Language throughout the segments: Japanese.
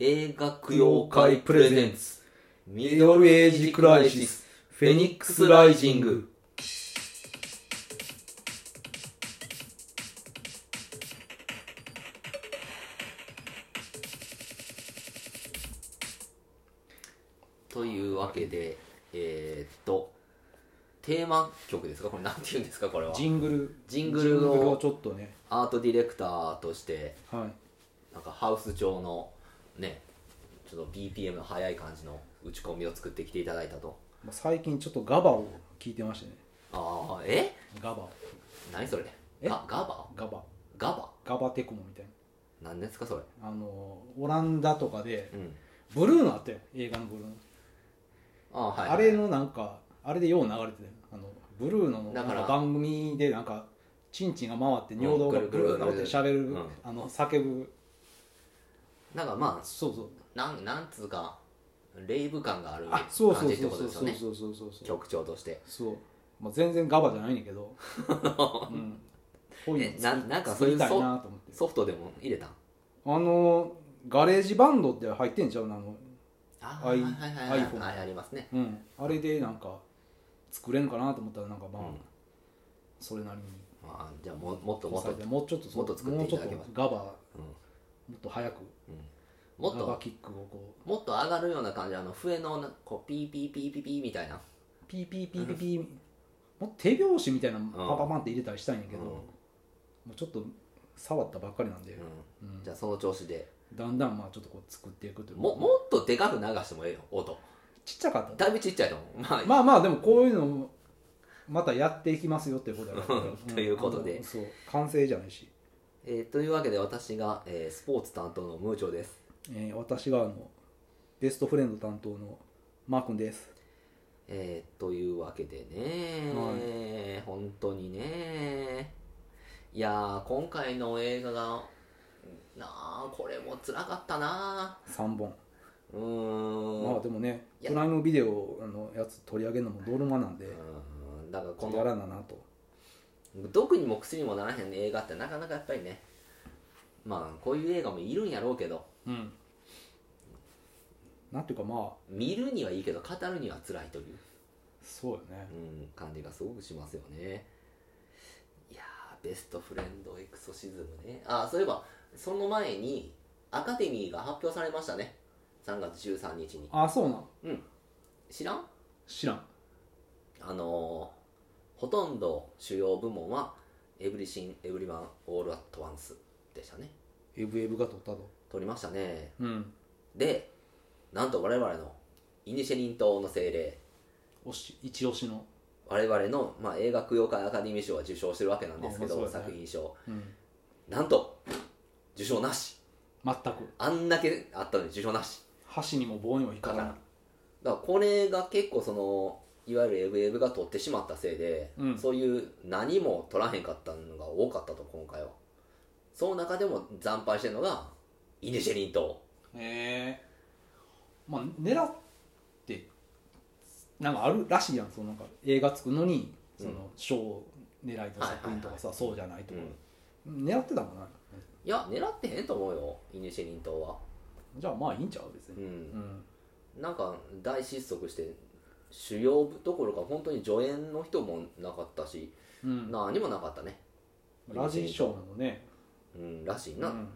映画供供養養会会ププレレゼゼンンツツ。ミミドドルルエエイイジジククラライイシシスス。フェニックスライジングというわけで、えーっと、テーマ曲ですかこれなんて言うんですかこれは。ジングルジングルのジをちょっとねアートディレクターとして、はいなんかハウス調の、ね、ちょっと BPM の速い感じの打ち込みを作ってきていただいたと。まあ最近ちょっとガバを聞いてましてねああ、えガバ何それえガガバガバガバガバテコモみたい何ですかそれ。なあのオランダとかでうん。ブルーのあったよ映画のブルーのああ、はい。あれのなんかあれでよう流れてたよあのブルーノのだなんかから番組でなんかチンチンが回って尿道がうんブぐるぐるルーノって喋る、うんあの叫ぶなんかまあそうそうなんなんつうかレイブ感があるあそうそ感うじってそうことそうですよそうねそうそうそうそう曲調としてまあ、全然ガバじゃないんだけ ど、うん、こういうのえななんか作そういりうたいソなと思ってソフトでも入れたんあのガレージバンドって入ってんじゃんあの、あアイはいはいはいはい iPhone はいありますねうん、あれでなんか作れんかなと思ったらなんかまあ、うんそれなりにまあじゃあももっともっと、うん、もうちょっとそうもっと作っていただけますもうちょっとガバもっと早くもっガバとキックをこもっと上がるような感じあの笛のなこうピーピーピーピーピーみたいなうピーピーピーピーピーもう手拍子みたいなのパパパンって入れたりしたいんやけど、うんもうちょっと触ったばっかりなんで、ううんんじゃあその調子でだんだんまあちょっとこう作っていくというかももっとでかく流してもええよ音ちっちゃかっただいぶちっちゃいと思うまあまあまあでもこういうのもまたやっていきますよっていうことだから うんということでんそう完成じゃないし、えーというわけで私が、えースポーツ担当のムーチョですえー私があのベストフレンド担当のマー君ですえー、というわけでね、本当にねいやー今回の映画がなあこれも辛かったな3本、うーん,、まあでもねいやプライムビデオあのやつ取り上げるのもドルマなんで、うんだからこやのらななと毒にも薬にもならへん映画ってなかなかやっぱりねまあこういう映画もいるんやろうけどうんなんていうかまあ見るにはいいけど語るには辛いというそうよねうん、感じがすごくしますよねいやーベストフレンドエクソシズムねあーそういえばその前にアカデミーが発表されましたね3月13日にあそうなん知らん知らんあのーほとんど主要部門はエブリシンエブリマンオールアットワンスでしたねエブエブが取ったと取りましたねうんでなんと我々のイニシェリン島の精霊推し一押しの我々の、まあ、映画供養会アカデミー賞は受賞してるわけなんですけあど、まあそうだね作品賞うんなんと受賞なし全くあんだけあったのに受賞なし箸にも棒にも引っだかかかららだんからこれが結構そのいわゆるエブエブが取ってしまったせいで、うんそういう何も取らへんかったのが多かったと今回はその中でも惨敗してるのがイニシェリン島へえまあ狙ってなんかあるらしいやんそのなんか映画作るのにその賞を狙いの作品とかさ、そうじゃないとか、狙ってたもんな、いや狙ってへんと思うよイニシェリン島はじゃあまあいいんちゃう別うに、うんん、なんか大失速して主要どころか本当に助演の人もなかったしうん何もなかったねラジー賞もね、うんらしいうな、ん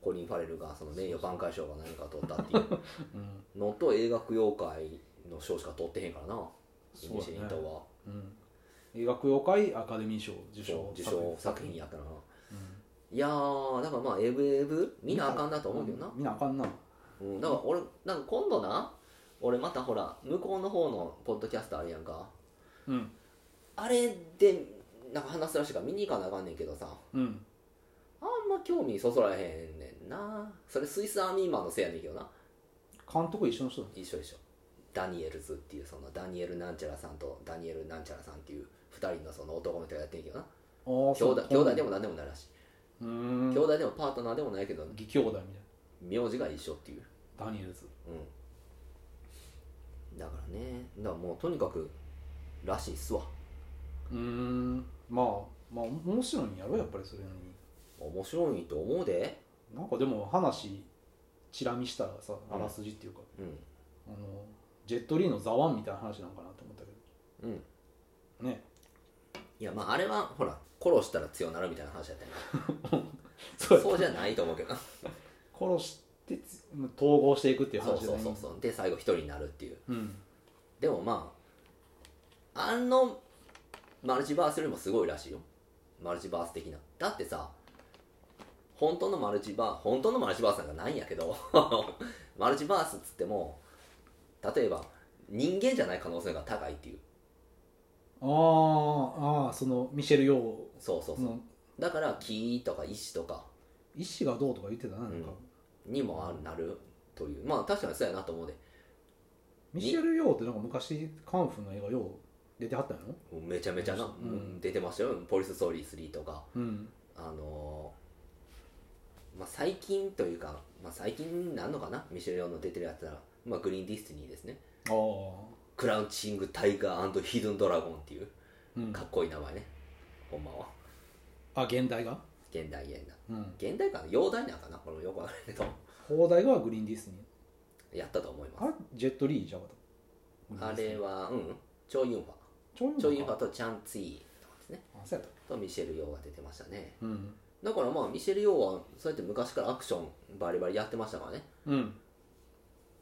コリン・ファレルがその名誉挽回賞が何か取ったっていう うんのと映画供養会の賞しか取ってへんからな、イそうニだシねリントはうん、映画供養会アカデミー賞受賞受賞作品やったな、うんいやーだからまあエブエブ見なあかんなと思うけどな、見なあかんなうん、だから俺なんか今度な俺またほら向こうの方のポッドキャスターあるやんかうんあれでなんか話すらしいから見に行かなあかんねんけどさうんあんま興味そそらへんねんなそれスイスアーミーマンのせいやねんけどな監督一緒の人だ一緒一緒ダニエルズっていうそのダニエルなんちゃらさんとダニエルなんちゃらさんっていう2人のその男の人がやってんけどなあー兄そう弟兄弟でも何でもないらしい、うーん兄弟でもパートナーでもないけど義兄弟みたい名字が一緒っていうなダニエルズうんだからねだからもうとにかくらしいっすわうーんまあまあ面白いんやろやっぱりそれなりに面白いと思うでなんかでも話チラ見したらさうあんらすじっていうか、うんあのジェットリーのザワンみたいな話なんかなと思ったけうんどねいやまああれはほら殺したら強なるみたいな話やったよねそうそうじゃないと思うけどな殺してつ統合していくっていうそう話だそうねそうそうで最後一人になるっていううんでもまああのマルチバースよりもすごいらしいよマルチバース的なだってさ本当のマルチバー本当のマルチバースなんかないんやけど マルチバースっつっても例えば人間じゃない可能性が高いっていうあーあーそのミシェル・ヨーそうそうそう、のだから木とか石とか意思がどうとか言ってたななんか、にもあるなるというまあ確かにそうやなと思うでミシェル・ヨーってなんか昔カンフーの映画よう出てはったんやろもうめちゃめちゃな、うんうん出てましたよ「ポリス・ストーリー3」とかうんあのーまあ、最近というか、まあ、最近なんのかなミシェル・ヨーの出てるやつなら、まあ、グリーン・ディスティニーですねああクラウチング・タイガーヒドゥン・ドラゴンっていううんかっこいい名前ねほんまはあ現代が現代現代うん現代かな洋代なんかなこれもよくわからないけど放題がグリーンディスニーやったと思いまあれジェットリーじゃなかっすたあれはうんチョ・ユンファちょいチョ・ユンファとチャン・ツィーとかですねあそうやっとミシェル・ヨーが出てましたねたうんだからまあミシェル・ヨーはそうやって昔からアクションバリバリやってましたからねうん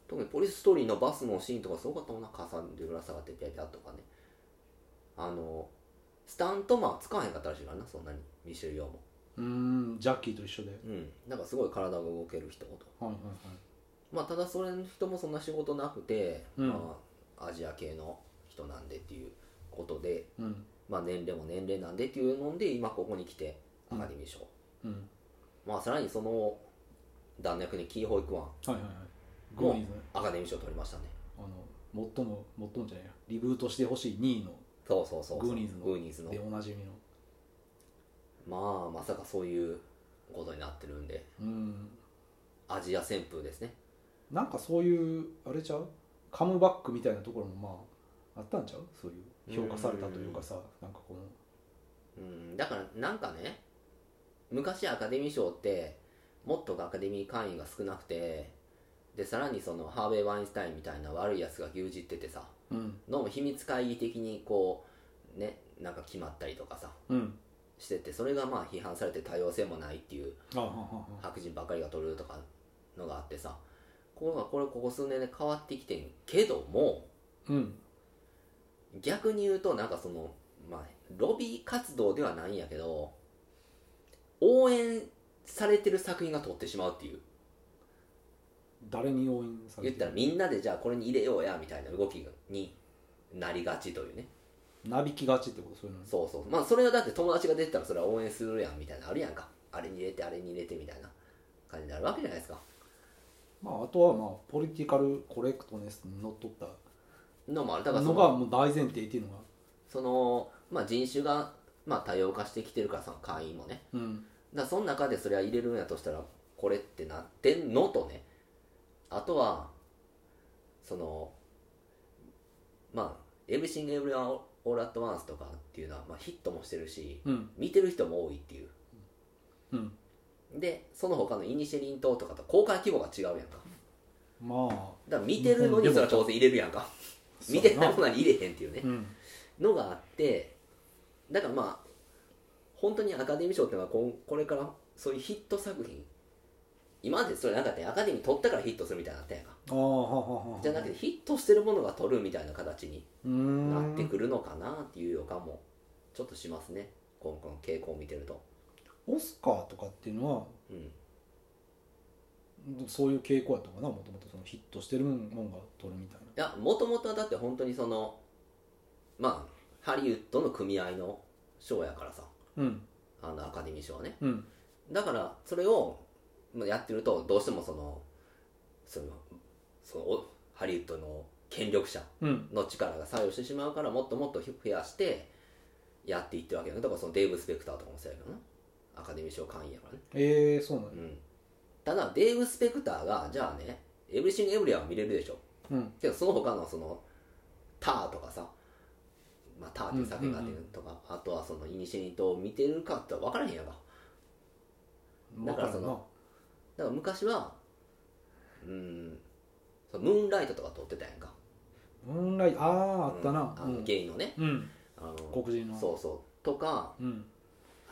特にポリスストーリーのバスのシーンとかすごかったもんな傘でぶら下がってピャピャとかねあのスタントマン使わへんかったらしいからなそんなにミシェル・ヨーもうーんジャッキーと一緒でうんなんかすごい体が動ける人とはいはいはいまあただそれの人もそんな仕事なくて、うんまあ、アジア系の人なんでっていうことで、うんまあ、年齢も年齢なんでっていうので今ここに来てアカデミー賞、うんまあさらにその弾薬にキー・ホイクワンはいはいはいグもリうーンズねアカデミー賞取りましたねあの最も最もじゃないやリブートしてほしい2位のそうそうそうそうグーニーズのグーニーズのでおなじみのまあまさかそういうことになってるんでうんアジア旋風ですねなんかそういうあれちゃうカムバックみたいなところもまああったんちゃうそういう評価されたというかさなんかこのうんだからなんかね昔アカデミー賞ってもっとアカデミー会員が少なくてでさらにそのハーベイ・ワインスタインみたいな悪いやつが牛耳っててさうんのも秘密会議的にこうねなんか決まったりとかさうんしててそれがまあ批判されて多様性もないっていうああああああ白人ばっかりが取るとかのがあってさここがこれここ数年で変わってきてんけどもうん逆に言うとなんかそのまあロビー活動ではないんやけど応援されてる作品が撮ってしまうっていう誰に応援さ言れったてらるみんなでじゃあこれに入れようやみたいな動きになりがちというねなびきがちってことそういうのにそうそうまあそれはだって友達が出てたらそれは応援するやんみたいなのあるやんかあれに入れてあれに入れてみたいな感じになるわけじゃないですかまああとはまあポリティカルコレクトネスにのっとったのもあるだからそののがもう大前提っていうのがその、まあ、人種が、まあ、多様化してきてるからさ会員もねうんだからその中でそれは入れるんやとしたらこれってなってんのとねあとはそのまあ「Everything Everywhere All at Once」とかっていうのは、まあ、ヒットもしてるしうん見てる人も多いっていううんでその他のイニシェリン島とかと公開規模が違うやんかまあだから見てるのにそれは当然入れるやんか見てないそものに入れへんっていうねうやなうんのがあってだからまあ本当にアカデミー賞っていうのはここれからそういうヒット作品今までそれなかったやんアカデミー取ったからヒットするみたいなのあったやんかああはあはあはあじゃなくてヒットしてるものが取るみたいな形にうーんなってくるのかなっていう予感もちょっとしますねこのこの傾向を見てるとオスカーとかっていうのはうんそういう傾向やったかなもともとそのヒットしてるもんが取るみたいないやもともとはだって本当にそのまあハリウッドの組合の賞やからさうんあのアカデミー賞はねうんだからそれをまあやってるとどうしてもそのそのそのおハリウッドの権力者うんの力が作用してしまうからもっともっと増やしてやっていってるわけだねだからそのデーブ・スペクターとかもそうやけどなアカデミー賞会員やからね、ええそうなんうやん、ただデーブ・スペクターがじゃあね「エブリシング・エブリア」は見れるでしょうんけどその他のその「ター」とかさ「まあ、ター」っていう作品があってるとか、あとはその「イニシエニト」を見てるかって分からへんやんかだからそのわだから昔はうんそうムーンライトとか撮ってたやんかムーンライトあああったなあうのん、ゲイのねうん、あの黒人のそうそうとかうん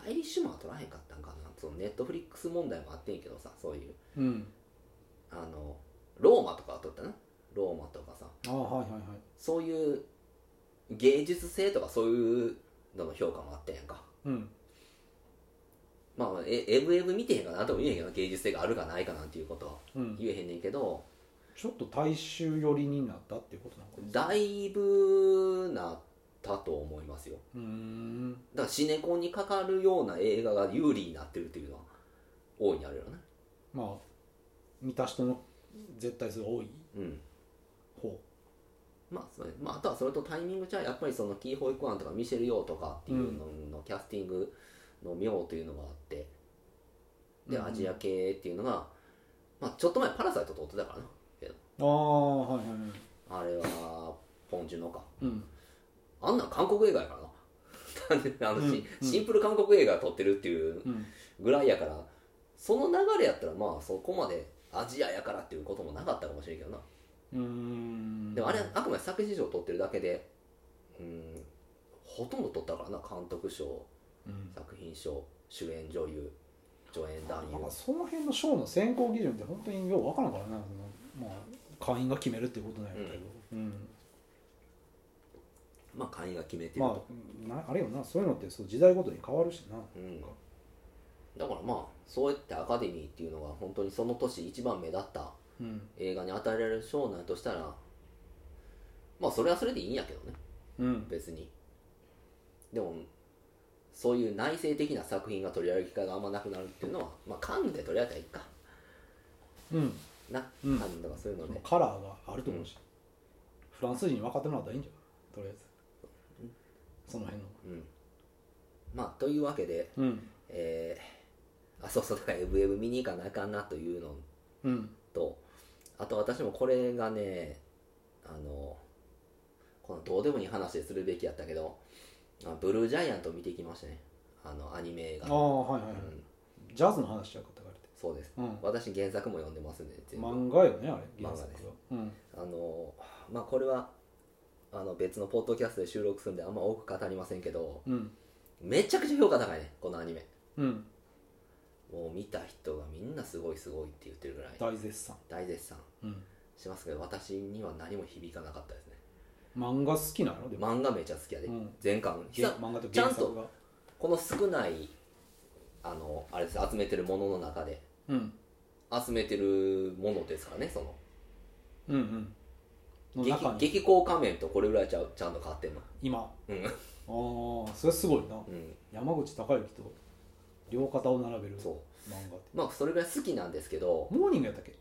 アイリッシュマンは撮らへんかったんかなそのネットフリックス問題もあってんけどさそういううんあのローマとかは撮ったなローマとかさああはいはいはいそういう芸術性とかそういうのの評価もあってんやんかうんまあえエブエブ見てへんかなとも言えへんけど芸術性があるかないかなんていうことはうん言えへんねんけどちょっと大衆寄りになったっていうことなのかなだいぶなったと思いますようーんだからシネコンにかかるような映画が有利になってるっていうのは大いにあるよねまあ見た人の絶対数が多いうん方まあそうねまあ、あとはそれとタイミングじゃやっぱりそのキーホイクワンとかミシェル・ヨーとかっていうののキャスティングの妙というのがあってでうんアジア系っていうのが、まあ、ちょっと前パラサイト撮ってたからなけどああはいはいあはいれはポン・ジュノかうんあんなん 韓国映画やからなあのシンうんシンプル韓国映画撮ってるっていううんぐらいやからその流れやったらまあそこまでアジアやからっていうこともなかったかもしれんけどなうーんでもあれはあくまで作品賞を取ってるだけでうんほとんど取ったからな監督賞うん作品賞主演女優助演男なんか優その辺の賞の選考基準って本当にようわからんからなそのまあ会員が決めるっていうことなんやけどうんまあ会員が決めてるまと、あなあれよなそういうのってそう時代ごとに変わるしなうん、だからまあそうやってアカデミーっていうのが本当にその年一番目立ったうん映画に与えられる賞なんとしたらまあそれはそれでいいんやけどねうん別にでもそういう内省的な作品が取り上げる機会があんまなくなるっていうのはまあカンヌで取り上げたらいいかうんな、うんカンヌとかそういうのでカラーがあると思うし、フランス人に分かってもらったらいいんじゃないとりあえずその辺のうんまあというわけでうんえーあそうそうだから「エブエブ見に行かなあかんな」というのうんとあと私もこれがねあのこのどうでもいい話でするべきやったけどあブルージャイアント見てきましたねあのアニメ映画ああはいはうい、はいん、ジャズの話しちゃう方があれてそうですうん私原作も読んでますんで全部漫画よねあれ漫画ですうんあのまあこれはあの別のポッドキャストで収録するんであんま多く語りませんけどうんめちゃくちゃ評価高いねこのアニメうんもう見た人がみんなすごいすごいって言ってるぐらい大絶賛大絶賛うんしますけど私には何も響かなかったですね漫画好きなのでも漫画めちゃ好きやで、うん全巻げ久漫画とちゃん原と作がこの少ないあのあれです集めてるものの中でうん集めてるものですからねそのうんうんの激中に激高仮面とこれぐらいちゃうちゃんと変わってんの今うんああそれはすごいなうん山口孝之と両肩を並べる漫そ画ってうまあそれぐらい好きなんですけどモーニングやったっけ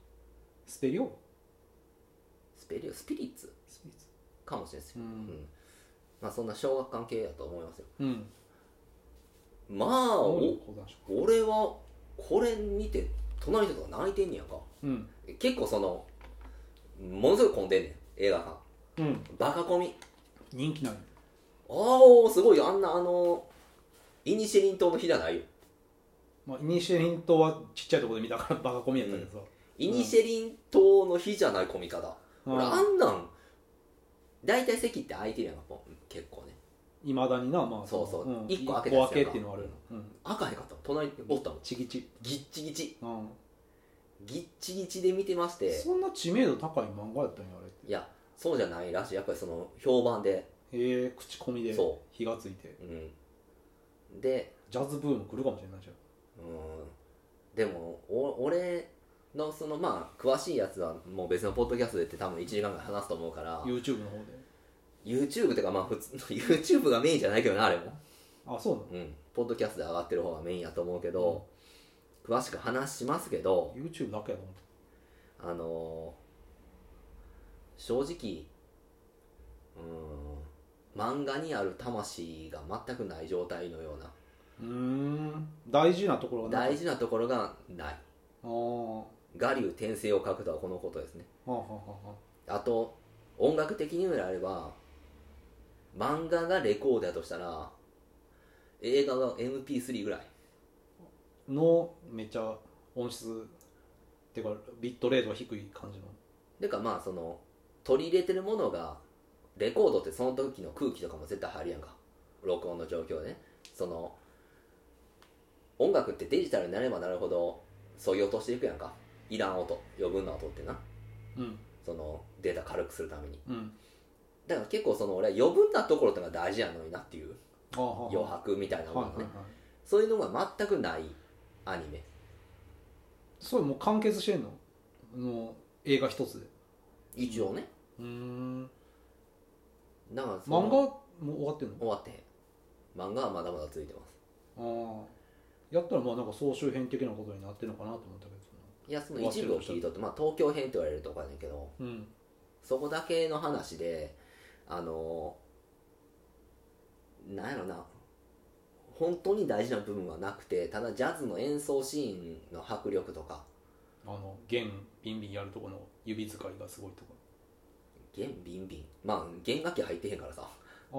スペリオスペリオスピリッツスピリッツかもしれないですうよ、うんんまあそんな小学関係だと思いますようんまあモーニおング講談社俺はこれ見て隣の人が泣いてんねやんかうん結構そのものすごい混んでんねん映画館うんバカコミ人気なんよああすごいよあんなあのイニシリン島の日じゃないよまあイニシエリン島はちっちゃいところで見たからバカコミやったけどさイニシリン島の日じゃない込み方、俺ああんなん大体席って空いてるやんかもう結構ねいまだになまあそうそうのん一個開けた一や個つ開やなけっていうのはあるようん赤い方隣におったもんちぎちギッチギチうんギッチギチで見てましてそんな知名度高い漫画やったんやあれいやそうじゃないらしいやっぱりその評判でへえ口コミでそ火がついてううんでジャズブーム来るかもしれないじゃんうんでもお俺のそのまあ詳しいやつはもう別のポッドキャストでって多分1時間ぐらい話すと思うから YouTube の方で YouTube とかまあ普通の YouTube がメインじゃないけどなあれもあそうなうんポッドキャストで上がってる方がメインやと思うけど、詳しく話しますけどの YouTube だけやと思ってあのー正直うーん漫画にある魂が全くない状態のようなうーん大事なところがな大事事なところがないあー我流転生を書くとはこのことですねはあはあはあと音楽的にであれば漫画がレコードやとしたら映画が MP3 ぐらいあのめっちゃ音質ていうかビットレートが低い感じのてかまあその取り入れてるものがレコードってその時の空気とかも絶対入るやんか録音の状況でねその音楽ってデジタルになればなるほど削ぎ落としていくやんかいらん音余分な音ってなうんそのデータ軽くするためにうんだから結構その俺は余分なところってのが大事やのになっていうああはあ余白みたいなもはいのはね、いはいそういうのが全くないアニメそれもう完結してんのの映画一つで一応ねうーんだからその漫画もう終わってんの終わってへん漫画はまだまだ続いてますああやったらまあなんか総集編的なことになってるのかなと思ったけいやその一部を切り取って、まあ、東京編って言われるとこやねんけどどうんそこだけの話であのなんやろな本当に大事な部分はなくてただジャズの演奏シーンの迫力とかあの弦ビンビンやるとこの指使いがすごいと弦ビンビンまあ弦楽器入ってへんからさか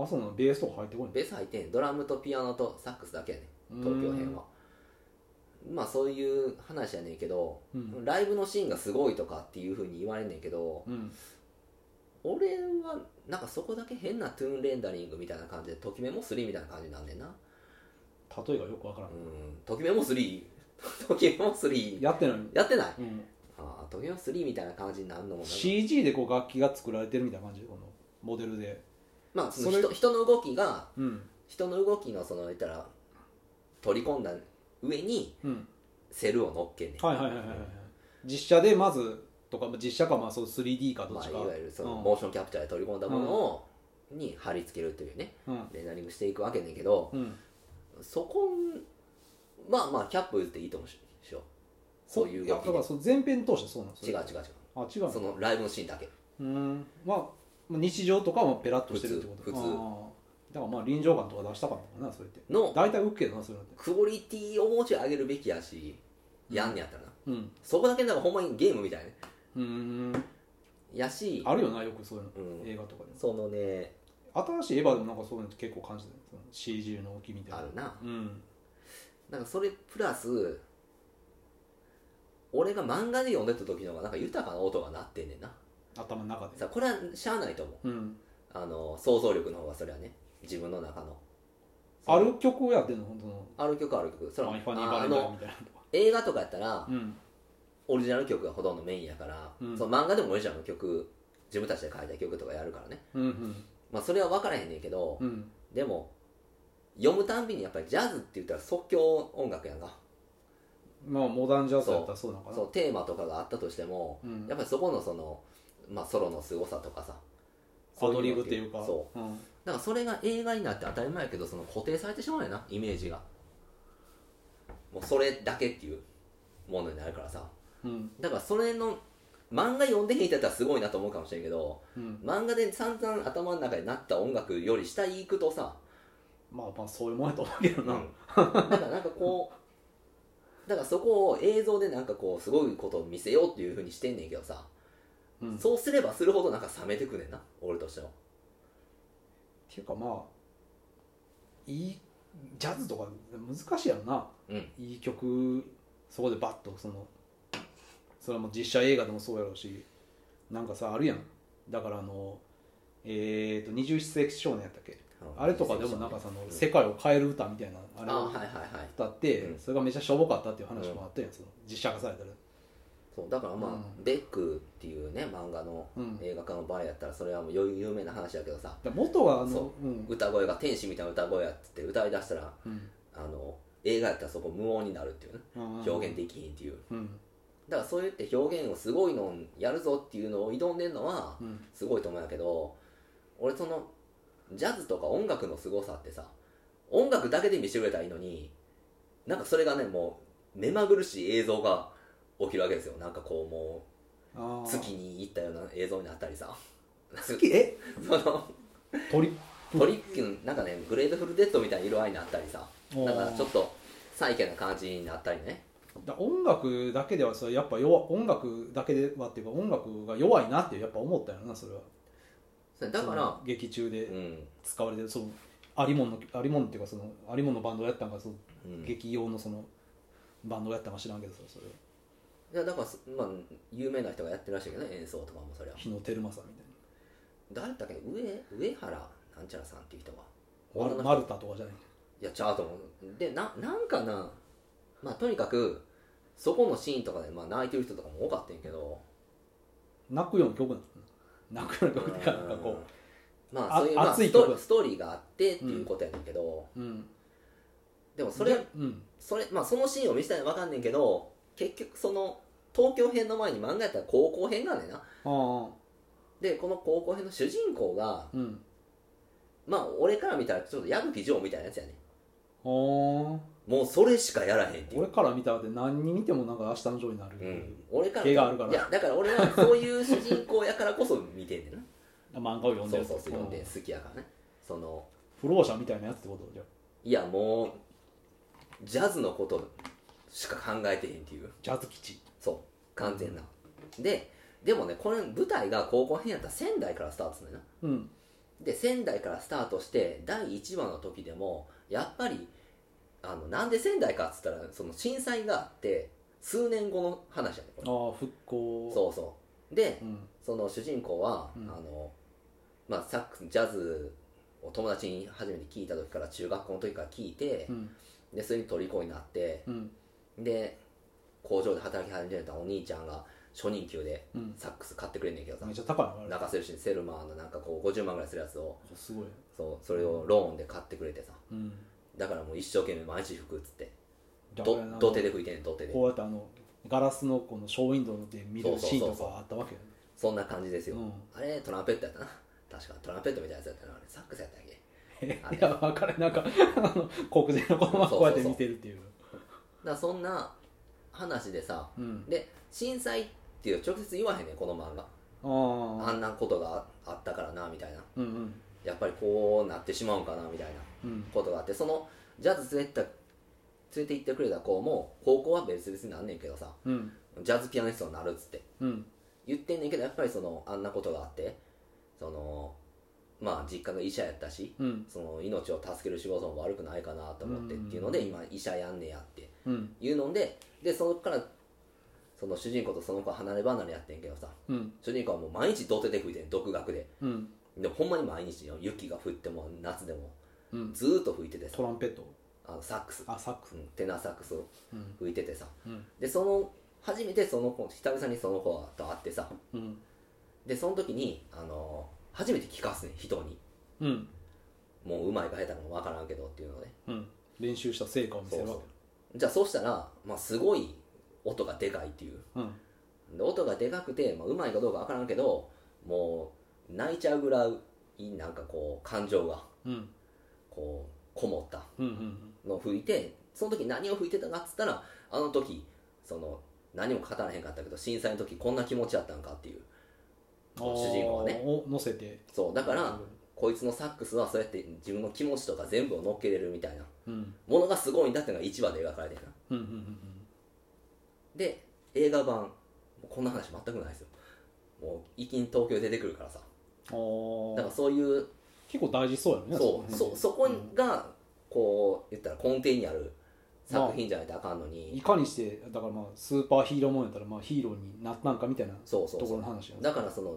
あそうなのベースとか入ってこないベース入ってへんドラムとピアノとサックスだけやねん東京編はまあそういう話やねんけど、うんライブのシーンがすごいとかっていうふうに言われんねんけど、うん俺はなんかそこだけ変なトゥーンレンダリングみたいな感じでときめも3みたいな感じになんねんな例えがよくわからうんんときめも3 ときめも3やってないのにやってないうんあーときめも3みたいな感じになるのもなんか CG でこう楽器が作られてるみたいな感じこのモデルでまあそのそ人人の動きがうん人の動きのその言ったら取り込んだ上にうんセルを乗っけんねんはいはいはいはいはい実写でまずとかまあ実写かまあそう 3D かどまっあ、ちいかわゆるそのうんモーションキャプチャーで取り込んだものを、に貼り付けるというねうんレンダリングしていくわけねんけどうんそこんまあまあキャップ打っていいと思うししようそういう動やだきからでそう前編通してそうなんです違う違う違うあ違うのそのライブのシーンだけうんまあまあ日常とかもペラッとしてるってこと普通普通ああだからまあ臨場感とか出したかったもんなそれっての大体ウッケどなそういうのってクオリティをもうちょい上げるべきやしやんねやったらなうんそこだけなんかほんまにゲームみたいなねうーんやしあるよなよくそういうの、うん映画とかでもそのね新しいエヴァでもなんかそういうの結構感じたよその CG の動きみたいなあるなうんなんかそれプラス俺が漫画で読んでた時の方がなんか豊かな音が鳴ってんねんな頭の中でさこれはしゃあないと思ううんあの想像力の方がそれはね自分の中のある曲やってんの本当のある曲ある曲それはマイファニーあバあレンタイのンみたいなのとか映画とかやったらうんオリジナル曲がほとんどメインやから、うんその漫画でもオリジナルの曲自分たちで書いた曲とかやるからねうんうんまあそれは分からへんねんけど、うんでも読むたんびにやっぱりジャズって言ったら即興音楽やんか、まあモダンジャズやったらそうなのかなそうテーマとかがあったとしても、うんやっぱりそこのその、まあ、ソロの凄さとかさアドリブっていうか、そうん、だからそれが映画になって当たり前やけどその固定されてしまうよなイメージがもうそれだけっていうものになるからさうんだからそれの漫画読んでへん人やったらすごいなと思うかもしれんけどうん、漫画で散々頭の中になった音楽より下に行くとさ、まあまあそういうもんやと思うけどな、うん、だからなんかこうだからそこを映像でなんかこうすごいことを見せようっていうふうにしてんねんけどさ、うんそうすればするほどなんか冷めてくねんな俺としてはっていうかまあいいジャズとか難しいやろな、うんいい曲そこでバッとそのそれはもう実写映画でもそうやろうしなんかさあるやんだからあのえっ、ー、と21世紀少年やったっけ、あれとかでもなんかその、うん世界を変える歌みたいなあれあをはいはいはい歌って、うんそれがめちゃしょぼかったっていう話もあったやん、その実写化されたらそうだからまあ、うんベックっていうね漫画のうん映画化の場合やったらそれはもう有有名な話やけどさだから元はあの、そうん歌声が天使みたいな歌声やっつって歌いだしたらうんあの映画やったらそこ無音になるっていうね表現できひんっていううんだからそうやって表現をすごいのやるぞっていうのを挑んでんのはうんすごいと思うんやけど俺そのジャズとか音楽の凄さってさ音楽だけで見せてくれたらいいのになんかそれがねもう目まぐるしい映像が起きるわけですよなんかこうもあーう月に行ったような映像になったりさ月えその鳥トリッキンなんかねグレートフルデッドみたいな色合いになったりさおーなんかちょっと最イな感じになったりねだ音楽だけではそれやっぱ弱音楽だけではっていうか音楽が弱いなってやっぱ思ったよなそれはそれだかそらの劇中でうん、使われてるそのありもんのありもんっていうかそのありもんのバンドをやったんかその、うん劇用のそのバンドをやったんか知らんけどさそれはいやだからす、まあ、有名な人がやってるらしいけどね演奏とかもそれは日野照正みたい誰だっけ上上原なんちゃらさんっていう人はな女の人マルタとかじゃないいやちゃうと思うでななんかなまあとにかくそこのシーンとかで、まあ、泣いてる人とかも多かったんやけど泣くような曲なの泣くような曲っていうかなんかこうんまああそういう、まあ、熱いスト曲ーリーストーリーがあってっていうことやねんけど、ううんでもそれでうんそれ、まあ、そのシーンを見せたいのは分かんねんけど結局その東京編の前に漫画やったら高校編があんねんなああでこの高校編の主人公がうんまあ俺から見たらちょっと矢吹城みたいなやつやねあーもうそれしかやらへんっていう俺から見たらで何に見てもなんか明日のジョーになる、うん、俺から毛があるからいやだから俺はそういう主人公やからこそ見てんね んな漫画を読んでそうるそうそう読んうでん好きやからねその不老者みたいなやつってことじゃあいやもうジャズのことしか考えてへんっていうジャズ吉そう完全な、ででもねこれ舞台が高校編やったら仙台からスタートするんだよなうんで仙台からスタートして第1話の時でもやっぱりあのなんで仙台かっつったらその震災があって数年後の話やねこあれあ復興そうそうでうん、その主人公は、うんあのまあ、サックスジャズを友達に初めて聞いた時から中学校の時から聞いてう、んでそれに虜になってうんで工場で働き始めたお兄ちゃんが初任給でうんサックス買ってくれんねんけどさめっちゃ高いのあれ泣かせるしセルマーのなんかこう50万ぐらいするやつをすごいそうそれをローンで買ってくれてさうんだからもう一生懸命毎日服っつってじゃあどあの土手で拭いてんねん土手でこうやってあのガラスのこのショーウィンドウで見るシーンとかあったわけよねそんな感じですよ、うんあれトランペットやったな確かトランペットみたいなやつやったなあれサックスやったっけあれいや分かれなんかあの黒人の子供がこうやって見てるっていうだからそんな話でさうんで震災っていう直接言わへんねんこの漫画あああんなことがああったからなみたいなうんうんやっぱりこうなってしまうんかなみたいなうんことがあってそのジャズ連れてった連れて行ってくれた子も高校は別々になんねんけどさうんジャズピアニストになるっつってうん言ってんねんけどやっぱりそのあんなことがあってそのまあ実家が医者やったしうんその命を助ける仕事も悪くないかなと思ってっていうのでうん今医者やんねやってうんいうのででそこからその主人公とその子は離れ離れやってんけどさうん主人公はもう毎日土手で吹いてん独学でうんでもほんまに毎日よ雪が降っても夏でもうんずーっと吹いててさトランペットあのサックス、あサックスうん、テナーサックスをうん吹いててさうんでその初めてその子久々にその子と会ってさうんでその時に、あの初めて聞かすねん人にうんもううまいか下手かも分からんけどっていうのでうん練習した成果を見せるわじゃあそうしたら、まあ、すごい音がでかいっていうけうんで音がでかくて、まあ、うまいかどうか分からんけどもう泣いちゃうぐらいなんかこう感情がうんこうこもったうんうんのを吹いてその時何を吹いてたかっつったらあの時その何も語らへんかったけど震災の時こんな気持ちやったんかっていう主人公はねを乗せてそうだからこいつのサックスはそうやって自分の気持ちとか全部を乗っけれるみたいなうんものがすごいんだっていうのが1話で描かれてるなうんうんうんで映画版こんな話全くないですよもう一気に東京出てくるからさうんだあかあらそういう結構大事そうやねそうの辺そそこがこう言ったら根底にある作品じゃないとあかんのいに、かにしてだからまあスーパーヒーローもんやったらまあヒーローになったんかみたいなとそうこそうそろのう話やねだからその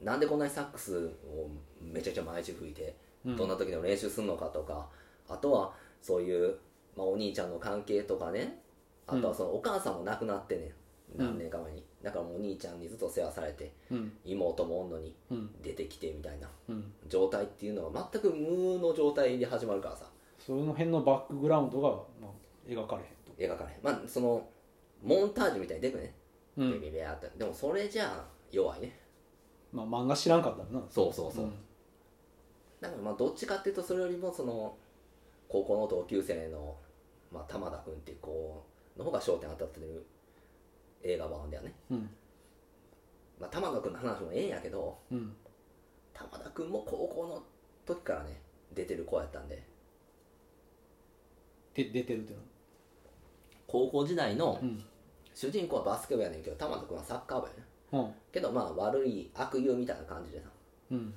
なんでこんなにサックスをめちゃくちゃ毎日吹いて、うんどんな時でも練習するのかとかあとはそういう、まあ、お兄ちゃんの関係とかねあとはそのお母さんも亡くなってねうん何年か前に、だからもうお兄ちゃんにずっと世話されてうん妹もおんのにうん出てきてみたいなうん状態っていうのは全く無の状態で始まるからさその辺のバックグラウンドがまあ描かれへんと描かれへんまあそのモンタージュみたいに出てくるね、うビんビビアってでもそれじゃあ弱いねまあ漫画知らんかったらなそうそううんだからまあどっちかっていうとそれよりもその高校の同級生の、まあ、玉田君っていう子の方が焦点当たってる映画版だよね、うんまあ、玉田君の話もええんやけどうん玉田君も高校の時からね出てる子やったんでで出てるっていうの高校時代のうん主人公はバスケ部やねんけど玉田君はサッカー部やねうんけどまあ悪い悪友みたいな感じでさうん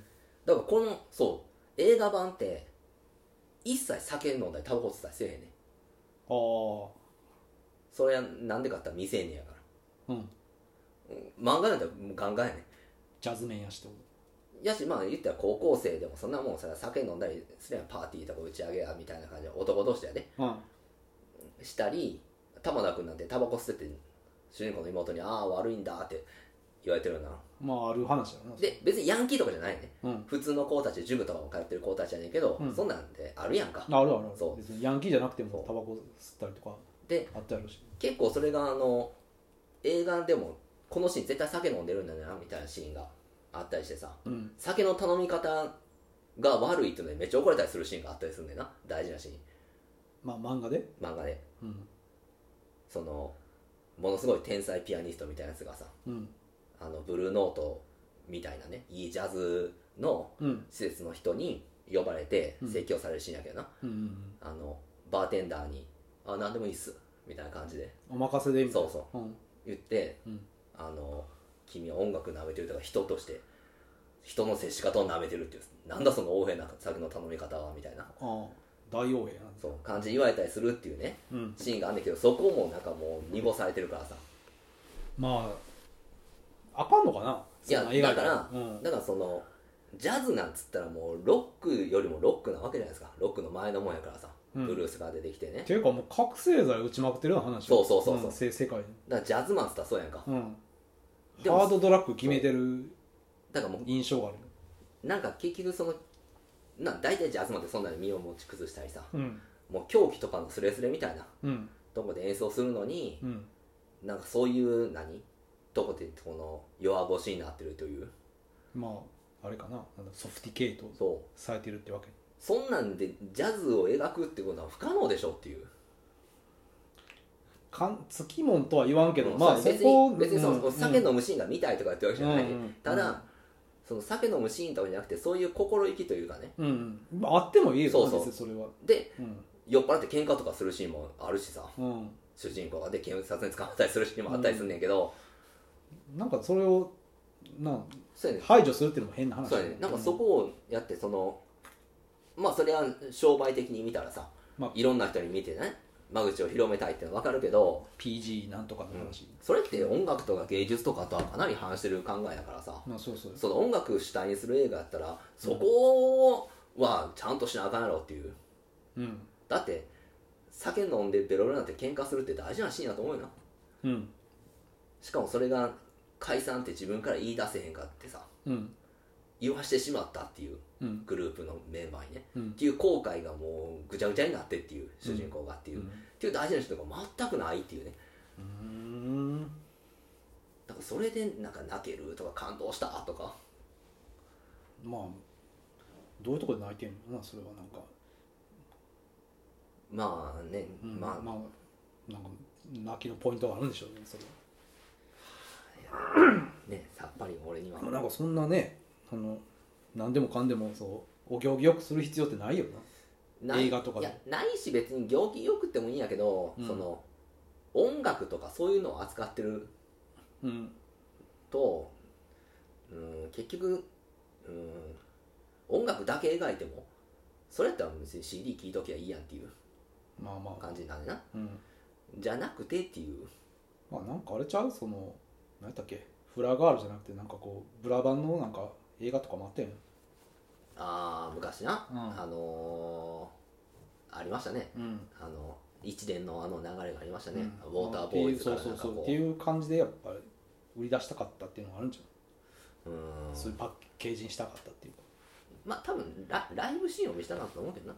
だからこのそう映画版って一切酒飲んだりタバコ吸ったりせえへんねんああそれはなんでかって言ったら未成年やからうんうん漫画なんてもうガンガンやねジャズメンやしってことやしまあ言ったら高校生でもそんなもんさ酒飲んだりすればパーティーとか打ち上げやみたいな感じで男同士やで、うんしたり玉田君なんてタバコ吸ってて主人公の妹に「ああ悪いんだ」って言われてるよなまあある話だなで別にヤンキーとかじゃないねうん普通の子たち塾とかも通ってる子たちやねんけど、うんそんなんであるやんかあるあるあるそう別にヤンキーじゃなくてそもうタバコ吸ったりとかであったやろうし結構それがあの映画でもこのシーン絶対酒飲んでるんだよなみたいなシーンがあったりしてさうん酒の頼み方が悪いっていうのでめっちゃ怒られたりするシーンがあったりするんだよな大事なシーンまあ漫画で漫画でうんそのものすごい天才ピアニストみたいなやつがさうんあのブルーノートみたいなねいいジャズのうん施設の人に呼ばれてうん説教されるシーンやけどな、うんうんあのバーテンダーに「あ何でもいいっす」みたいな感じでお任せでみたいそうそうなうん言ってうん「あの君は音楽舐めてる」とか人として人の接し方を舐めてるっていうなんだその横柄な作の頼み方はみたいなああ大王兵なんですそう感じで言われたりするっていうねうんシーンがあんねんけどそこもなんかもう濁されてるからさまああかんのかないやそんな映画だから、うんだからそのジャズなんつったらもうロックよりもロックなわけじゃないですかロックの前のもんやからさ、うんブルースが出てきてねっていうかもう覚醒剤打ちまくってるような話そうそうそうそうんせ世界にだからジャズマンっつったらそうやんか、うんでもハードドラッグ決めてるだからも印象があるうなんか結局そのな大体ジャズマンってそんなに身を持ち崩したりさうんもう狂気とかのスレスレみたいなうんとこで演奏するのにうんなんかそういう何とこでこの弱腰になってるというまああれかななんだソフティケートそうされてるってわけそんなんでジャズを描くってことは不可能でしょっていうかんつきもんとは言わんけど、うんまあそうそ別こに別にそのうん酒飲むシーンが見たいとかってわけじゃない、うんうんただ、その酒飲むシーンとかじゃなくてそういう心意気というかねうん、まああってもいいよそうそう別にそれはでうん酔っ払って喧嘩とかするシーンもあるしさうん主人公がで警察に捕まったりするシーンもあったりすんねんけど、なんかそれをなんそうやね排除するっていうのも変な話そうやねなんかそこをやってそのまあそれは商売的に見たらさ、まあいろんな人に見てね間口を広めたいってのは分かるけど PG なんとかの話、それって音楽とか芸術とかとはかなり反してる考えやからさ、まあそうそうその音楽主体にする映画やったらそこはちゃんとしなあかんやろっていううんだって酒飲んでベロベロになって喧嘩するって大事なシーンだと思うよなうんしかもそれが解散って自分から言い出せへんかってさうん言わしてしまったっていううんグループのメンバーにねうんっていう後悔がもうぐちゃぐちゃになってっていう主人公がっていう、うんっていう大事な人が全くないっていうねうーんだからそれでなんか泣けるとか感動したとかまあどういうところで泣いてんのかなそれはなんか、まあね、うん、まあまあなんか泣きのポイントがあるんでしょうねそれはねさっぱり俺にはでもなんかそんなねあの何でもかんでもそうお行儀よくする必要ってないよない映画とかいでやないし別に行儀よくてもいいんやけど、うんその音楽とかそういうのを扱ってるなうんとうん結局うん音楽だけ描いてもそれやったら別に CD 聴いときゃいいやんっていうまあまあ感じになるなうんじゃなくてっていうまあなんかあれちゃうその何やったっけフラガールじゃなくてなんかこうブラバンのなんか映画とかもあったよねあー昔な、うんあのーありましたねうんあの一連のあの流れがありましたうね、んウォーターボーイズからそなんうかそうそうこってういう感じでやっぱり売り出したかったっていうのがあるんじゃないうんそういうパッケージにしたかったっていうかまあ多分ラライブシーンを見せたかったと思うけどな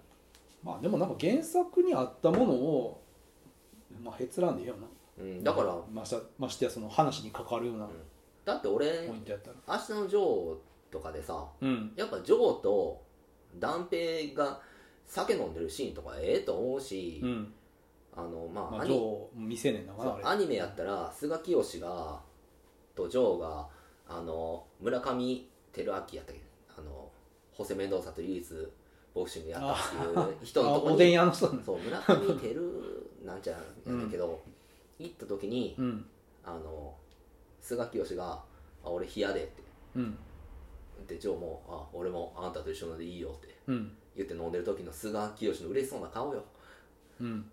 まあでもなんか原作にあったものをまあへつらんでいいよなうん、だから、ましてましてやその話に関わるようなうんだって俺、ポイントやったら明日のジョーとかでさ、うんやっぱジョーと断平が酒飲んでるシーンとかええと思うし、うんあの、まあ、まあ、アジョニー未成年だかそらうあアニメやったら、菅清が、とジョーが、あの、村上輝明やったっけあの、ホセ・メンドーサと唯一ボクシングやったっていうれ人のとこおでんに、屋の人なんだそう、村上輝なんちゃらやったけど、 行った時に、うんあの、菅清が、あ、俺冷やでって。うんでジョーも「あ俺もあんたと一緒なんでいいよ」ってうん言って飲んでる時の菅清の嬉しそうな顔ようん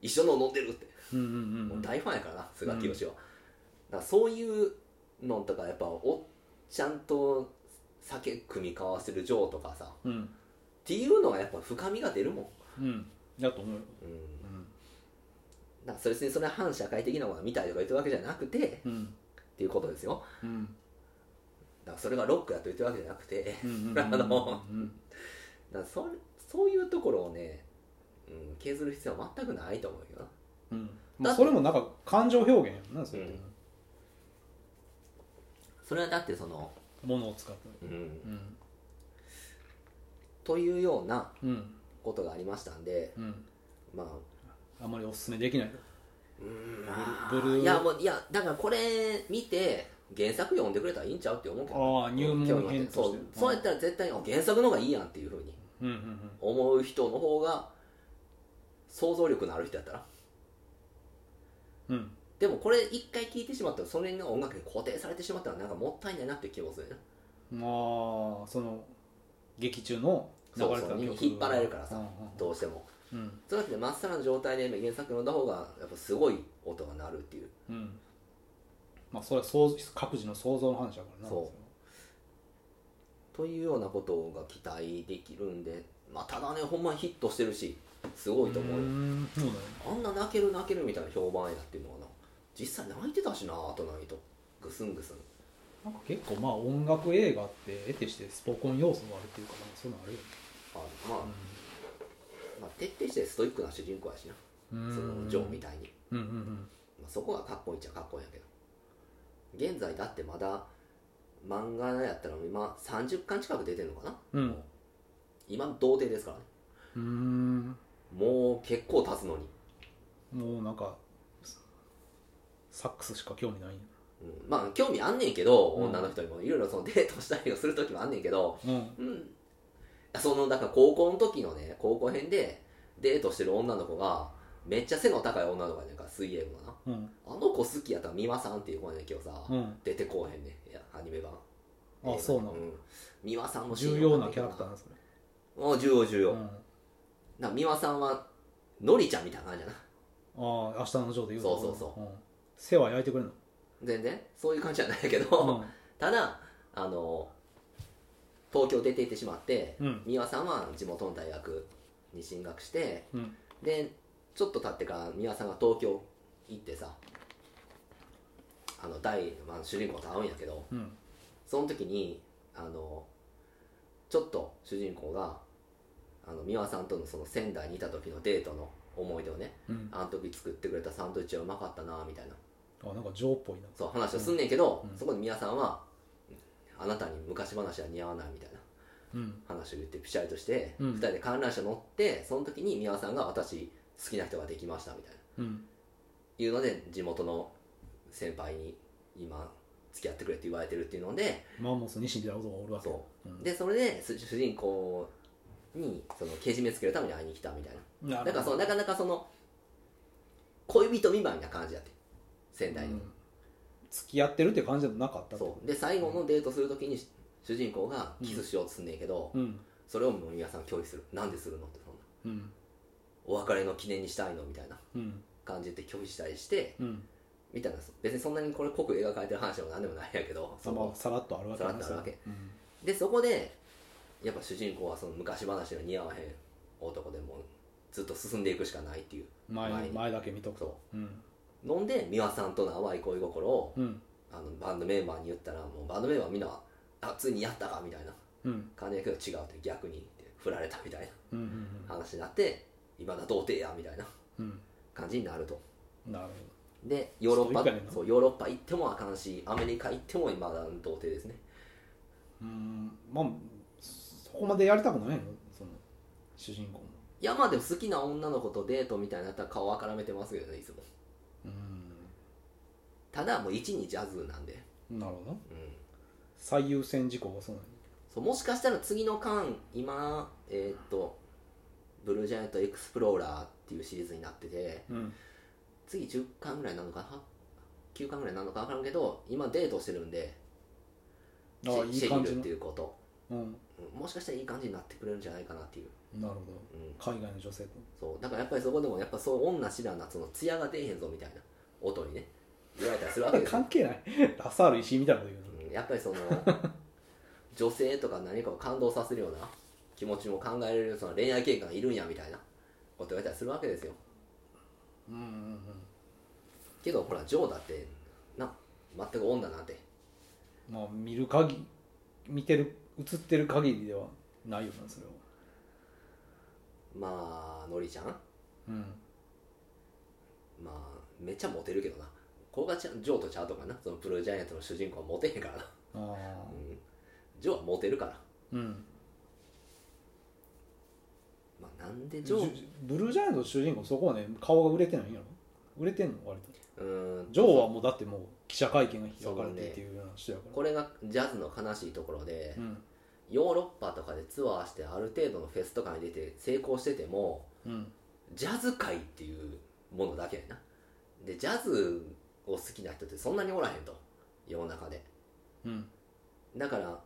一緒の飲んでるって、うんうんうんもう大ファンやからな菅清は、だからそういうのとかやっぱおっちゃんと酒組み交わせる情とかさっうんていうのはやっぱ深みが出るもん、うんだと思うようん、うんだからそれ別にそれは反社会的なものみたいとか言ってるわけじゃなくてっうんていうことですようんだからそれがロックだと言ってるわけじゃなくてうんうんうん あのうんだからそそういうところをね、うん、削る必要は全くないと思うよなうんだまっあてそれもなんか感情表現やもんなそれってうんそれはだってその、ものを使ってうん、うんというようなうんことがありましたんでうんまああんまりおすすめできないうんブルーいやもういやだからこれ見て原作読んでくれたらいいんちゃうって思うけどああ入門編とそうしてそうやったら絶対あ原作の方がいいやんっていうふうにうんうんうん思う人の方が想像力のある人やったらうんでもこれ一回聴いてしまったらそれが音楽に固定されてしまったらなんかもったいないなって気もするねまあその劇中の流れそうたそう曲引っ張られるからさうんどうしてもうんそうやってまっさらの状態で原作読んだ方がやっぱすごい音が鳴るっていううんうんまあそれは想像各自の想像の話だからなそうというようなことが期待できるんで、まあ、ただねほんまにヒットしてるしすごいと思うよんそうだよあんな泣ける泣けるみたいな評判やっていうのはな実際泣いてたしなあとないとぐすんぐすんなんか結構まあ音楽映画って得てしてスポコン要素があるっていうかなんかそういうのあるよねあまあ、まあ徹底してストイックな主人公やしなうんそのジョーみたいにうんうんうんまあ、そこがかっこいいっちゃかっこいいんやけど現在だってまだ漫画やったら今30巻近く出てるのかな、うんも今童貞ですからねうーんもう結構経つのに、もうなんかサックスしか興味ないんやうん、まあ興味あんねんけどうん女の人にもいろいろそのデートしたりをする時もあんねんけどうんうんそのだから高校の時のね高校編でデートしてる女の子がめっちゃ背の高い女の子やねんから水泳部のなうんあの子好きやったら美輪さんっていう子やねんけどさ、うん出てこうへんねんいやアニメ版あそうなのの美輪さんのシーン重要なキャラクターなんですねもう重要重要、うんだかあら美輪さんはのりちゃんみたいな感じだなあ明日のジョーで言う、そうそうそうん、背は焼いてくれる全然そういう感じじゃないけの ど、ただあの東京出て行ってしまってうんうん美輪さんは地元の大学に進学してうんでちょっと経ってから美輪さんが東京行ってさあの大、まあ、主人公と会うんやけど、うんその時にあのちょっと主人公があの美輪さんとのその仙台にいた時のデートの思い出をねうんあの時作ってくれたサンドイッチはうまかったなみたいなあなんかジョーっぽいなそう話をすんねんけど、うんそこで美輪さんは「あなたに昔話は似合わない」みたいなうん話を言ってピシャリとして、うん2人で観覧車乗ってその時に美輪さんが「私好きな人ができました」みたいなうんいうので地元の先輩に今付き合ってくれって言われてるっていうのでマンモス西みたいな男がおるわけそううんでそれです主人公にそのけじめつけるために会いに来たみたいななだるほどからそのなかなかその恋人未満な感じやって仙台うの、ん付き合ってるって感じじゃなかったってこそうで最後のデートするときに主人公がキスしようとすんねんけど、とうんそれをもう皆さん拒否するなんでするのってそんなうんお別れの記念にしたいのみたいなうん感じで拒否したりしてうんみたいな別にそんなにこれ濃く描かれてる話でも何でもないんやけどそまのあさらっとあるわけだねさらっとあるわけそれはうんでそこでやっぱ主人公はその昔話が似合わへん男でもうずっと進んでいくしかないっていう前前にに前だけ見とくとそうんう飲んで美輪さんとの淡い恋心をうんあのバンドメンバーに言ったらもうバンドメンバーみんな「あついにやったか」みたいなうん感じだけど違うって逆にって振られたみたいうんうんな話になって今だ童貞やみたいなうん感じになるとうんなるほでヨーロッそういパうかねんなそうヨーロッパ行ってもあかんしアメリカ行っても今だ童貞ですねどうんまあそこまでやりたくないのその主人公もいやまあでも好きな女の子とデートみたいになったら顔あからめてますけどねいつもうんただもう一にジャズなんでなるほどうん最優先事項がそうなそうもしかしたら次の巻今えーっとブルージャイアントエクスプローラーっていうシリーズになっててのうん次10巻ぐらいになるのかな9巻ぐらいになるのか分からんけど今デートしてるんでシああェいシェい感リじルっのていうことうんうんもしかしたらいい感じになってくれるんじゃないかなっていう、なるほうん、ど海外の女性とそうだからやっぱりそこでもやっぱそう女知らなその艶が出えへんぞみたいな音にね言われたりするわけですよ関係ない ラサール石井みたいなこと言ううんやっぱりそ の女性とか何かを感動させるような気持ちも考えられるその恋愛経験がいるんやみたいなこと言われたりするわけですよのうんうんうんけどほらジョーだってな全く女なんてまあ見る限り見てる映ってる限りではないよなそれはまあのりちゃんうんまあめっちゃモテるけどなこがちゃんジョーとちゃうとかなそのプルージャイアントの主人公はモテへんからな、ああうん、ジョーはモテるから、うんまあ、なんでジジョョーーブルージャイアントの主人公そこはね顔が売れてないんやろ売れてんの割うとーんジョーはもうだってもう記者会見が開かれてっていうような人やからこれがジャズの悲しいところで、うんヨーロッパとかでツアーしてある程度のフェスとかに出て成功しててもうんジャズ界っていうものだけやなでジャズを好きな人ってそんなにおらへんと世の中でうんだから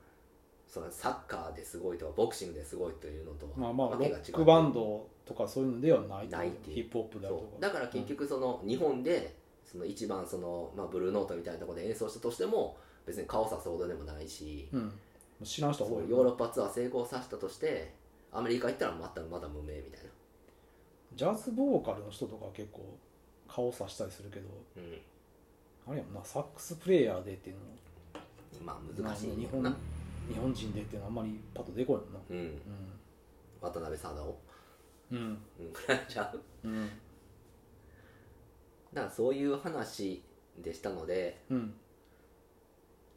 そのサッカーですごいとかボクシングですごいというのとはまあまあわロけが違うックバンドとかそういうのではないないっていうヒップホップだとそうかだから結局その日本でその一番その、まあ、ブルーノートみたいなところで演奏したとしても別に顔さすほどでもないし、うんもう知らん人そ多ういヨーロッパツアー成功させたとしてアメリカ行ったらまたまだ無名みたいな、ジャズボーカルの人とかは結構顔さしたりするけどうん、あれやもんなサックスプレイヤーでっていうのまあ難しい日日本本な、日本人でっていうのはあんまりパッと出こいもんうなん、渡辺貞夫うんうんうんぐらいちゃううんだからそういう話でしたのでうん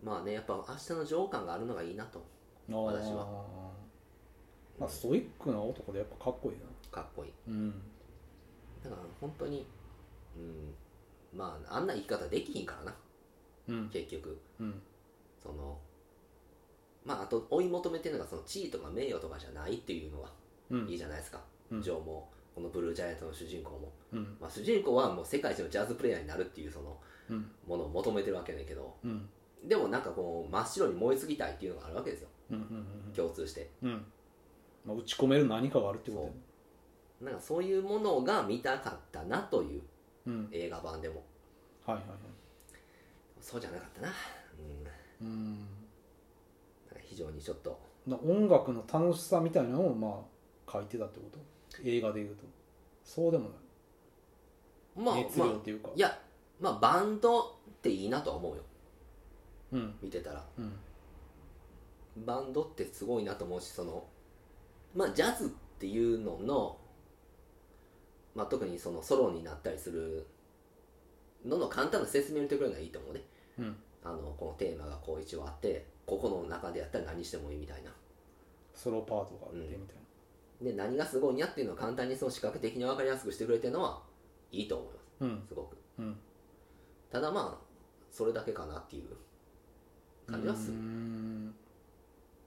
まあねやっぱ明日の情感があるのがいいなとあー私はまあストイックな男でやっぱかっこいいなかっこいいうんだから本当にうんまああんな生き方できひんからなうん結局うんそのまああと追い求めてるのがその地位とか名誉とかじゃないっていうのはういいんじゃないですか、うんジョーもこのブルージャイアントの主人公も、うんまあ、主人公はもう世界一のジャズプレイヤーになるっていうそのうんものを求めてるわけだけどうんでもなんかこう真っ白に燃え尽きたいっていうのがあるわけですようんうん共通してうんうんまあ打ち込める何かがあるってことやなんかそういうものが見たかったなといううん映画版でもはいはいはいそうじゃなかったな,、うん、なんかうん非常にちょっとな音楽の楽しさみたいなのをまあ書いてたってこと映画でいうとそうでもまあない熱ま量っあていうかいやまあバンドっていいなとは思うようん見てたらうんバンドってすごいなと思うしそのまあジャズっていうのの、まあ、特にそのソロになったりするのの簡単な説明を入れてくれるのがいいと思うねうんあのこのテーマがこう一応あってここの中でやったら何してもいいみたいなソロパートがあってみたいなで何がすごいんやっていうのを簡単にその視覚的に分かりやすくしてくれてるのはいいと思いまうんすすごくうんただまあそれだけかなっていう感じはすうるん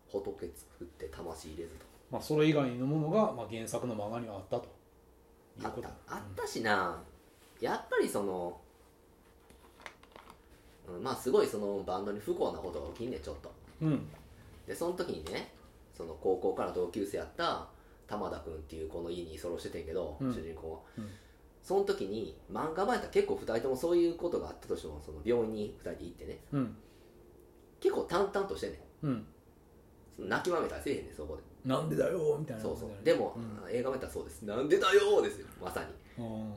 仏作って魂入れずとまあ、それ以外のものが、まあ、原作の漫画にはあったというあこっとたあったしな、やっぱりその、うん、まあすごいそのバンドに不幸なことが起きんねんちょっとうんでその時にねその高校から同級生やった玉田君っていう子の家に居候しててんけど、うん主人公は、うんその時に漫画版やったら結構2人ともそういうことがあったとしてもその病院に2人で行ってねうん結構淡々としてんねんうんその泣きわめたりせえへんねんそこでなんでだよみたいなそうそ感うじでだよねも、映画版やったらそうですなんでだよーですよまさにうん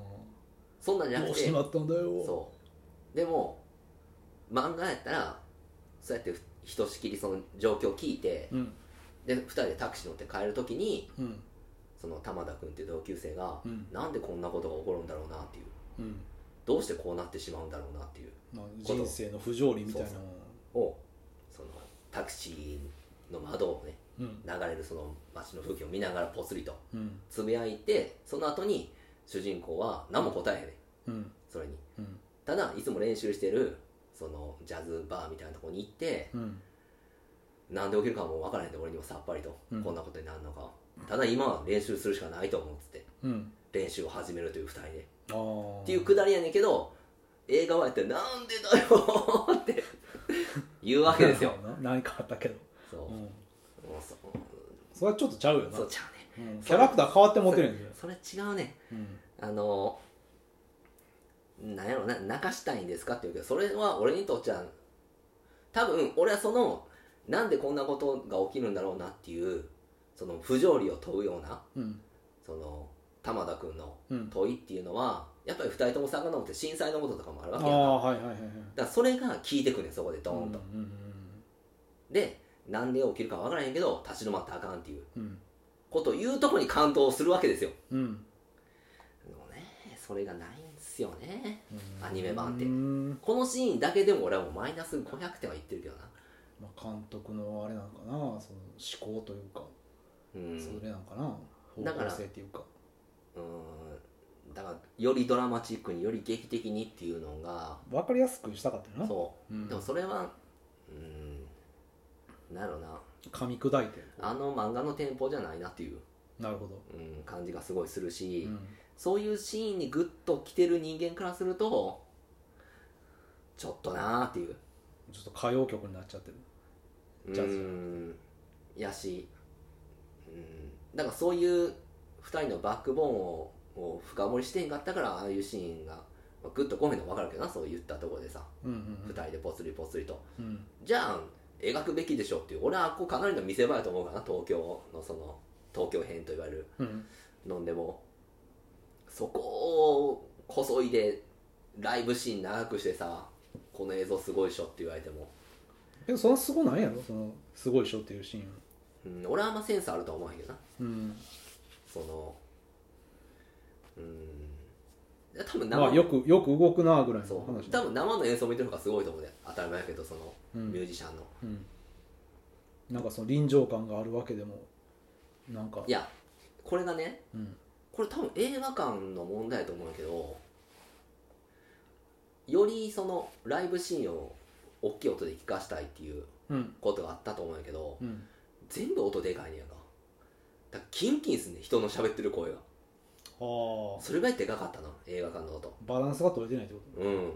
そんなんじゃあーなどくてうしてまったんだよそうでも漫画やったらそうやってふひとしきりその状況を聞いてうんで2人でタクシー乗って帰る時にうんその玉田君っていう同級生が、うんなんでこんなことが起こるんだろうなっていううん、どうしてこうなってしまうんだろうなっていうまあ、人生の不条理みたいなそうをそのタクシーの窓をねうん流れるその街の風景を見ながらぽつりとうんつぶやいてその後に主人公は何も答えへんねんうんそれにうんただいつも練習してるそのジャズバーみたいなとこに行ってうんなんで起きるかも分からへんで俺にもさっぱりと、うんこんなことになるのかただ今は練習するしかないと思うっつってうん練習を始めるという2人で、ああっていうくだりやねんけど映画はやってなんでだよー って言うわけですよな何かあったけど、 そううもん、うそそれはちょっとちゃうよなそうちゃうねうんキャラクター変わって持てるんだよそれ違うねうんあのなんやろな泣かしたいんですかって言うけどそれは俺にとっちゃ多分俺はそのなんでこんなことが起きるんだろうなっていうその不条理を問うようなうんその玉田君のうん問いっていうのはやっぱり二人とも遡って震災のこととかもあるあわあけやんかはいはいはいはいだからそれが効いてくんねんそこでドーンと、うんでなんで起きるかわからへんけど立ち止まったらあかんっていううんうんことを言うとこに感動するわけですようんうんでもねそれがないんですよねうんアニメ版ってうんこのシーンだけでも俺はもうマイナス500点は言ってるけどなまあ、監督のあれなのかなその思考というか、うんそれなんかな方だから向性というかうんだからよりドラマチックにより劇的にっていうのが分かりやすくしたかったよな、そうん、うでもそれはうんなんやろな噛み砕いてあの漫画のテンポじゃないなっていう、なるほど、うん、感じがすごいするうし、ん、そういうシーンにグッと来てる人間からするとちょっとなーっていうちょっと歌謡曲になっちゃってるジャズうんやしうんだからそういう2人のバックボーンをを深掘りしてんかったからああいうシーンがまあグッと来へんの分かるけどなそう言ったところでさ、うん2人でポツリポツリとうんうんじゃあ描くべきでしょっていう俺はこうかなりの見せ場やと思うかな東京のその東京編といわれるうんのんでもそこをこそいでライブシーン長くしてさこの映像すごいでしょって言われても、けどそのすごないやろそのすごいショーっていうシーンうん、俺はあんまセンスあるとは思わへんけどなうんそのうんいや多分生、まあよくよく動くなぐらいのそう話多分生の演奏見てる方がすごいと思うね当たり前やけどそのうミュん、ージシャンの、うん、なんかその臨場感があるわけでもなんかいやこれがねうんこれ多分映画館の問題だと思うんやけどよりそのライブシーンを大きい音で聞かしたいっていううんことがあったと思うんやけどうん全部音でかいねやんかだからキンキンすんねん人の喋ってる声がああそれぐらいでかかったな映画館の音バランスが取れてないってこうん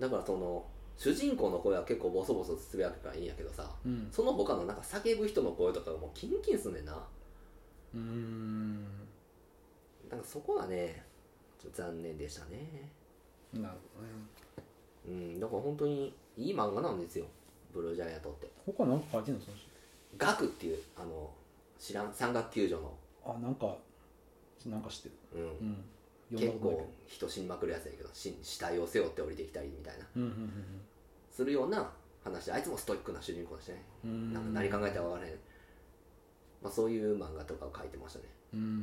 だからその主人公の声は結構ボソボソつぶやくからいいんやけどさとうんその他のなんか叫ぶ人の声とかがもうキンキンすんねんなうーんなんかそこがねちょっと残念でしたねなるほどねうんだから本当にいい漫画なんですよブルージャイアントって他なんか書いてんのその人ガクっていうあの知らん山岳救助の、あなんかなんか知ってるうんうん読結んだことない構人死にまくるやつやけど死死体を背負って降りてきたりみたいなけどうんするような話あいつもストイックな主人公だしねうんうんうんなんか何考えたか分からへん、まあ、そういう漫画とかを書いてましたねうんうんうん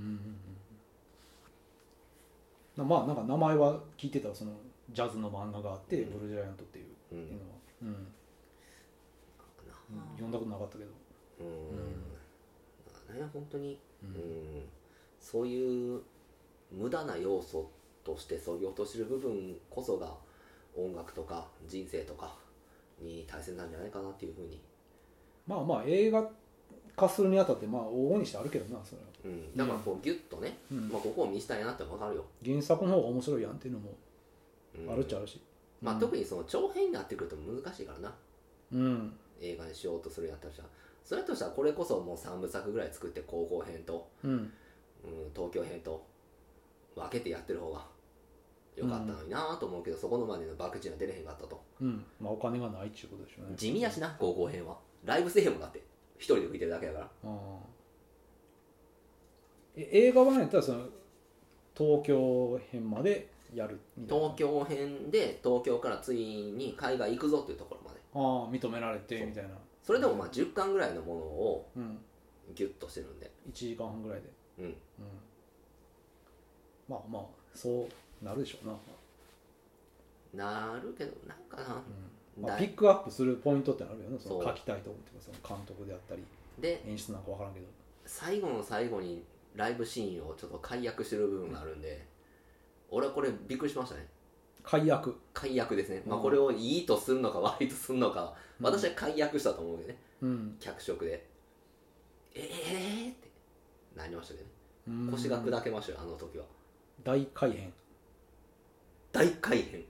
うんまあなんか名前は聞いてたそのジャズの漫画があって、うんブルージャイアントっていううん、のは、うんな読んだことなかったけどうん、うん、ね本当にううん、そういう無駄な要素としてそぎ落としてる部分こそが音楽とか人生とかに大切なんじゃないかなっていうふうに、まあまあ映画化するにあたってまあ往々にしてあるけどなそれは、うん、だからこうギュッとね、うんまあ、ここを見せたいなって分かるよ、原作の方が面白いやんっていうのもうんあるっちゃあるし、まあ、うん特にその長編になってくると難しいからなうん映画にしようとするやったらしたらそれやとしたらこれこそもう3部作ぐらい作って高校編と、うんうん、東京編と分けてやってる方がよかったのになと思うけど、そこのまでの爆打が出れへんかったとうんまあお金がないっていうことでしょうね地味やしな高校編はライブせえへんもんだって一人で吹いてるだけだからあーえ映画版やったらその東京編までやるみたいな東京編で東京からついに海外行くぞっていうところまでああ認められてそうみたいなそれでもまあ10巻ぐらいのものをうんギュッとしてるんで1時間半ぐらいでうんうんまあまあそうなるでしょうな、なるけどなんかなうんまあ、だピいックアップするポイントってなるよねそのそ書うきたいと思ってその監督であったりで演出なんか分からんけど最後の最後にライブシーンをちょっと解約してる部分があるんで、俺はこれびっくりしましたね解約解約ですね、まあ、うんこれをいいとするのか悪いとするのかうん私は解約したと思うけどねうん、脚色でええー、ってなりましたけどねうん腰が砕けましたよあの時は大改変大改変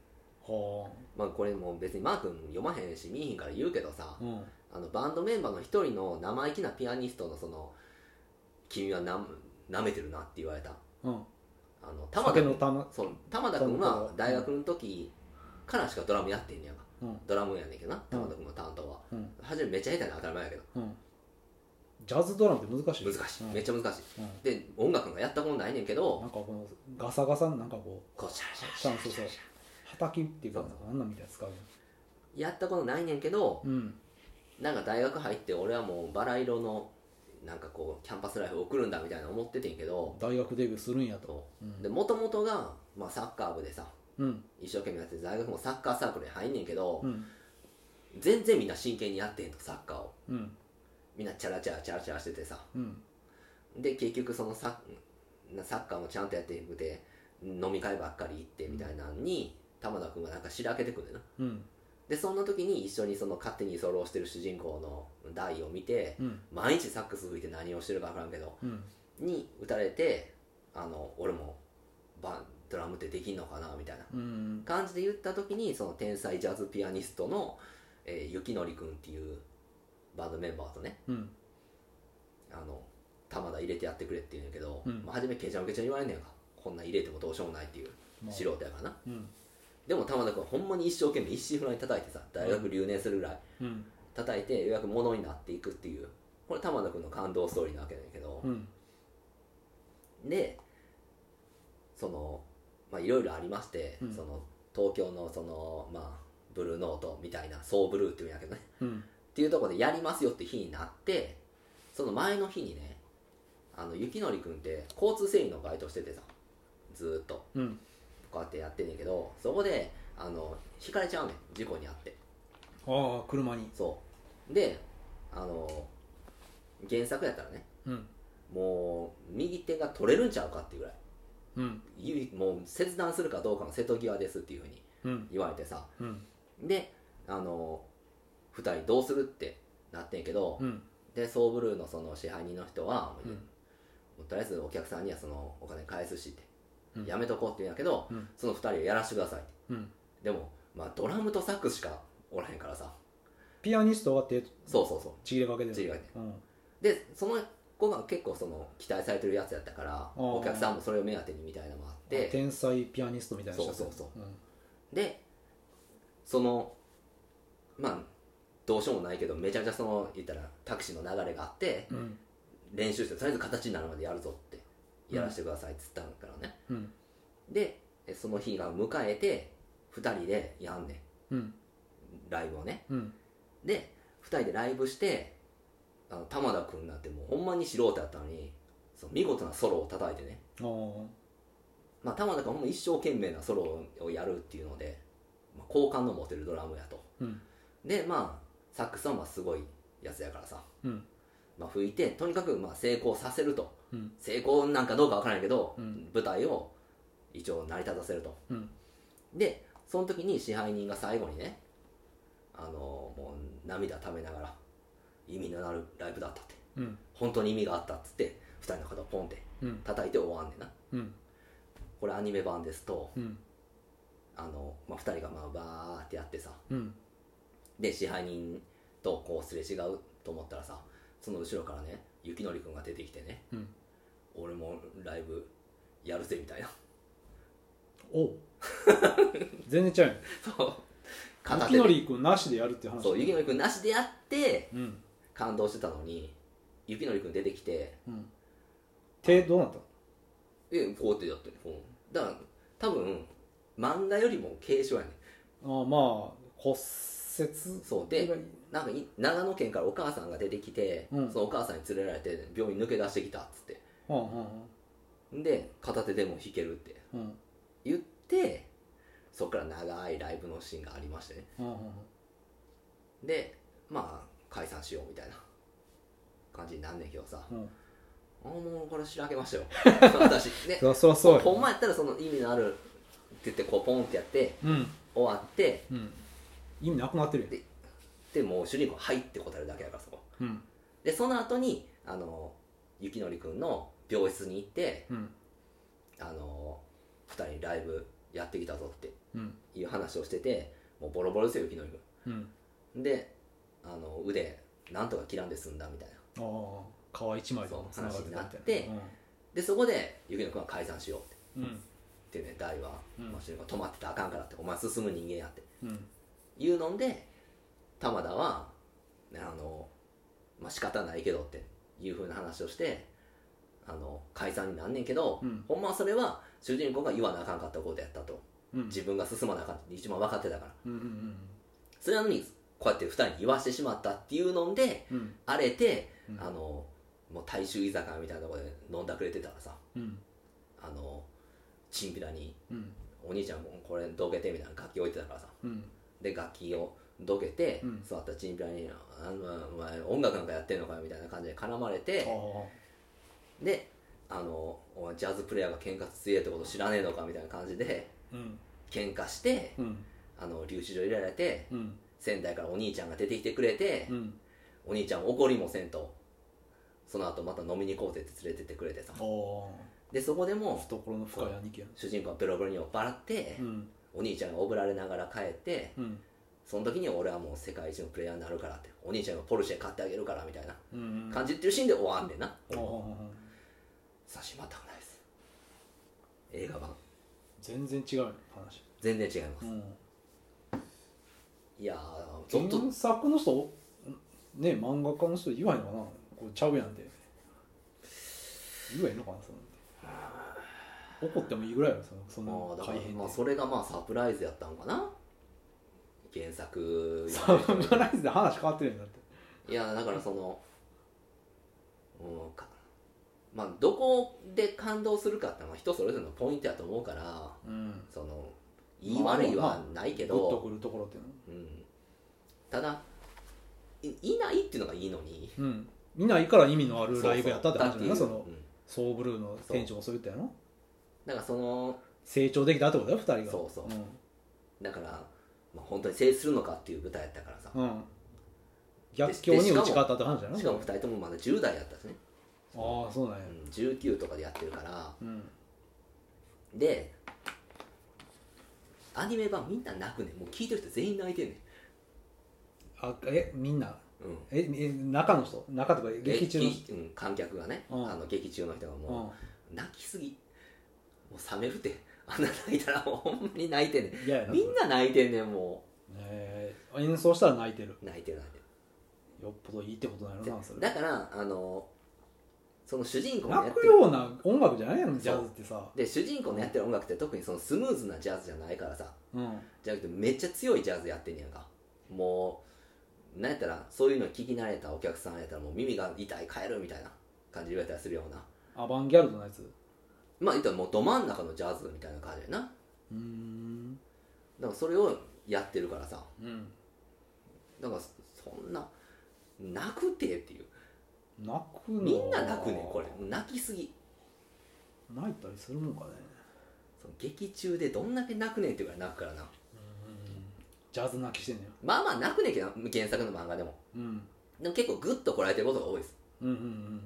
はまあこれもう別にマー君読まへんし見えへんから言うけどさあ、うん、あのバンドメンバーの一人の生意気なピアニストのその「君はな舐めてるな」って言われたうん、あの玉田酒君の玉そう玉田君は大学の時からしかドラムやってんねやんかうんドラムやねんけどな玉田君の担当はうん初めめっちゃ下手な当たり前やけどうんジャズドラムって難しい難しいうんめっちゃ難しいうんで音楽がやったことないねんけなんどかこのガサガサのなんかここうシャラシャラうシシャャンラシャラシそうそうャはたきっていうかなんかあんなんみたいな使うラやったことないねんけどうんなんか大学入って俺はもうバラ色のなんかこうキャンパスライフを送るんだみたいな思っててんけど大学デビューするんやとそううんで元々が、まあ、サッカー部でさうん一生懸命やってて大学もサッカーサークルに入んねんけど、うん全然みんな真剣にやってへんとサッカーをうんみんなチャラチャラチャラチャラしててさうんで結局そのサッサッカーもちゃんとやってなくて飲み会ばっかり行ってみたいなのに玉田君がなんかしらけてくんねんなうんでそんな時に一緒にその勝手に居候してる主人公の大を見てうん毎日サックス吹いて何をしてるか分からんけどうんに打たれてあの俺もバンドラムってできんのかなみたいなうん感じで言った時にその天才ジャズピアニストの、えー、雪典君っていうバンドメンバーとねうんあの玉田入れてやってくれって言うんやけど、うんまあ、初めケチャンケチャン言われんねんかこんなん入れてもどうしようもないっていうまあ素人やからなうんででも玉田君はほんまに一生懸命一心不乱に叩いてさ大学留年するぐらいうん叩いてようやくものになっていくっていうこれ玉田君の感動ストーリーなわけだけど、うんでそのまあいろいろありまして、うんその東京のそのまあブルーノートみたいなソーブルーっていうんやけどねうんっていうところでやりますよって日になってその前の日にねあの雪典君って交通整理のバイトしててさずーっとうんこうやってやってんねんけどそこであのひかれちゃうねん事故にあってああ車にそうであの原作やったらねうんもう右手が取れるんちゃうかっていうぐらいうんゆいもう切断するかどうかの瀬戸際ですっていうふうにうん言われてさうんであの2人どうするってなってんけど、うんでソーブルーのその支配人の人は、うんもうとりあえずお客さんにはそのお金返すしって、うんやめとこうって言うんやけど、うんその2人はやらしてくださいってうんでも、まあ、ドラムとサックスしかおらへんからさピアニストは手そうそうそうちぎれかけてちぎるれかけてうんでその子が結構その期待されてるやつやったからーお客さんもそれを目当てにみたいなのもあって天才ピアニストみたいな人そうそうそうでそのまあどうしようもないけどめちゃめちゃその言ったらタクシーの流れがあってんうん練習してとりあえず形になるまでやるぞってやらせてくださいっつったからね、うんでえその日が迎えて2人でやんねんうんライブをねうんで2人でライブしてあの玉田君なんてもうほんまに素人やったのにその見事なソロを叩いてねああまあ玉田君はほんま一生懸命なソロをやるっていうので、まあ、好感の持てるドラムやとうんでまあサックスはまあすごいやつやからさ、うんまあ、吹いてとにかくまあ成功させると、うん成功なんかどうかわからないけど、うん舞台を一応成り立たせるとうんでその時に支配人が最後にねあのもう涙ためながら意味のあるライブだったってうん本当に意味があったっつって2人の方をポンってうん叩いて終わんねんなうんこれアニメ版ですとうんあの、まあ、2人がまあバーってやってさうんで支配人とこうすれ違うと思ったらさその後ろからね雪典君が出てきてねうん俺もライブやるぜみたいなおう全然ちゃうやんそうゆ片き手のでりくんなしでやるっていう話そう雪典君なしでやってうん感動してたのに雪典君出てきてうん手どうなったのえこうやってやってるこうだから多分漫画よりも軽症やねああまあ骨折そうでぐらいなんかい長野県からお母さんが出てきて、うんそのお母さんに連れられて病院抜け出してきたっつってうんうんで片手でも弾けるってうんうん言ってそこから長いライブのシーンがありましてねうんうんでまあ解散しようみたいな感じになんねんけどさうんあもうこれしらけま したよ私ねそりゃそりゃそうやほんまやったらその意味のあるって言ってこうポンってやってうん終わってうん意味なくなってるででもう主人公「はい」って答えるだけだからそこやんうんでその後にあの雪典くんの病室に行ってうんあの2人ライブやってきたぞってうんいう話をしててもうボロボロですよ雪典くんうんであの腕なんとか切らんで済んだみたいなああ皮一枚でそうつながってた話にみたいなってなでそこで雪乃君は解散しようってうんってね大は、うんまあ主人公止まってたらあかんからってお前進む人間やってうんいうので玉田はねあのまあ仕方ないけどっていうふうな話をしてあの解散になんねんけど、うんほんまはそれは主人公が言わなあかんかったことやったとうん自分が進まなあかんって一番分かってたからうんうんそれなのにこうやって二人に言わしてしまったっていうのでうん荒れて、うんあのもう大衆居酒屋みたいなところで飲んだくれてたらさうんあのチンピラにうんお兄ちゃんもこれどけてみたいな楽器置いてたからさうんで楽器をどけて、うん座ったチンピラに「あのお前音楽なんかやってんのかよ」みたいな感じで絡まれあてあであのお前ジャズプレイヤーが喧嘩強いってこと知らねえのかみたいな感じでうん喧嘩してうんあの留置所入れられてうん仙台からお兄ちゃんが出てきてくれて、うんお兄ちゃん怒りもせんとその後また飲みに行こうぜって連れてってくれてさあでそこであも懐の深い兄貴や主人公はベロベロに酔っ払って、うんお兄ちゃんがおぶられながら帰ってうんその時に俺はもう世界一のプレイヤーになるからってお兄ちゃんがポルシェ買ってあげるからみたいなうん感じっていうシーンで終わんねんな、ああ差しまったくないです映画版全然違う話全然違います、うんいやーちょっと原作の人ね漫画家の人言わへんのかなこうちゃうやんって言わへんのかなその怒ってもいいぐらいやろそのそまのあだから改変まあでそれがまあサプライズやったんかな原作サプライズで話変わってるんだっていやだからそのうんかまあどこで感動するかってのは人それぞれのポイントやと思うからうんその言い悪いはないけグッとど、くるところっていうのうん、ただいいないっていうのがいいのにうん見ないから意味のあるライブやったってそう話そだうなそだっのていううんソーブルーの店長もそう言ったやろだからその成長できたってことだよ二人がそうそううんだから、まあ、本当に制するのかっていう舞台やったからさ、うん逆境に打ち勝ったって話だよなしかも2人ともまだ10代やったしね、ああそうなんやうん、19とかでやってるからうんでアニメ版みんな泣くねんもう聞いてる人全員泣いてんね、あえみんなんうん、ええ中の人中とか劇中の劇うん、観客がね、うんあの劇中の人がうもんう、泣きすぎもう冷めるてあんな泣いたらもうほんまに泣いてんねん嫌やなみんな泣いてんねんもえー演奏したら泣いてるう泣いてる泣いてるよっぽどいいってことなのなそれだからあのその主人公のや泣ってくるような音楽じゃないやんジャズってさで主人公のやってる音楽って特にそのスムーズなジャズじゃないからさうんじゃなくてめっちゃ強いジャズやってんねやんかもうなんやったらそういうの聞き慣れたお客さんやったらもう耳が痛い帰るみたいな感じで言われたりするようなアバンギャルドのやつうまあ言ったらもうど真ん中のジャズみたいな感じやなーんだからそれをやってるからさうんだからそんな泣くてっていう泣くのみんな泣くねんこれもう泣きすぎ泣いたりするもんかねその劇中でどんだけ泣くねんっていうから泣くからなジャズ泣きしてんねまあまあ泣くねんけど原作の漫画でもんうんでも結構グッとこらえてることが多いですうんうん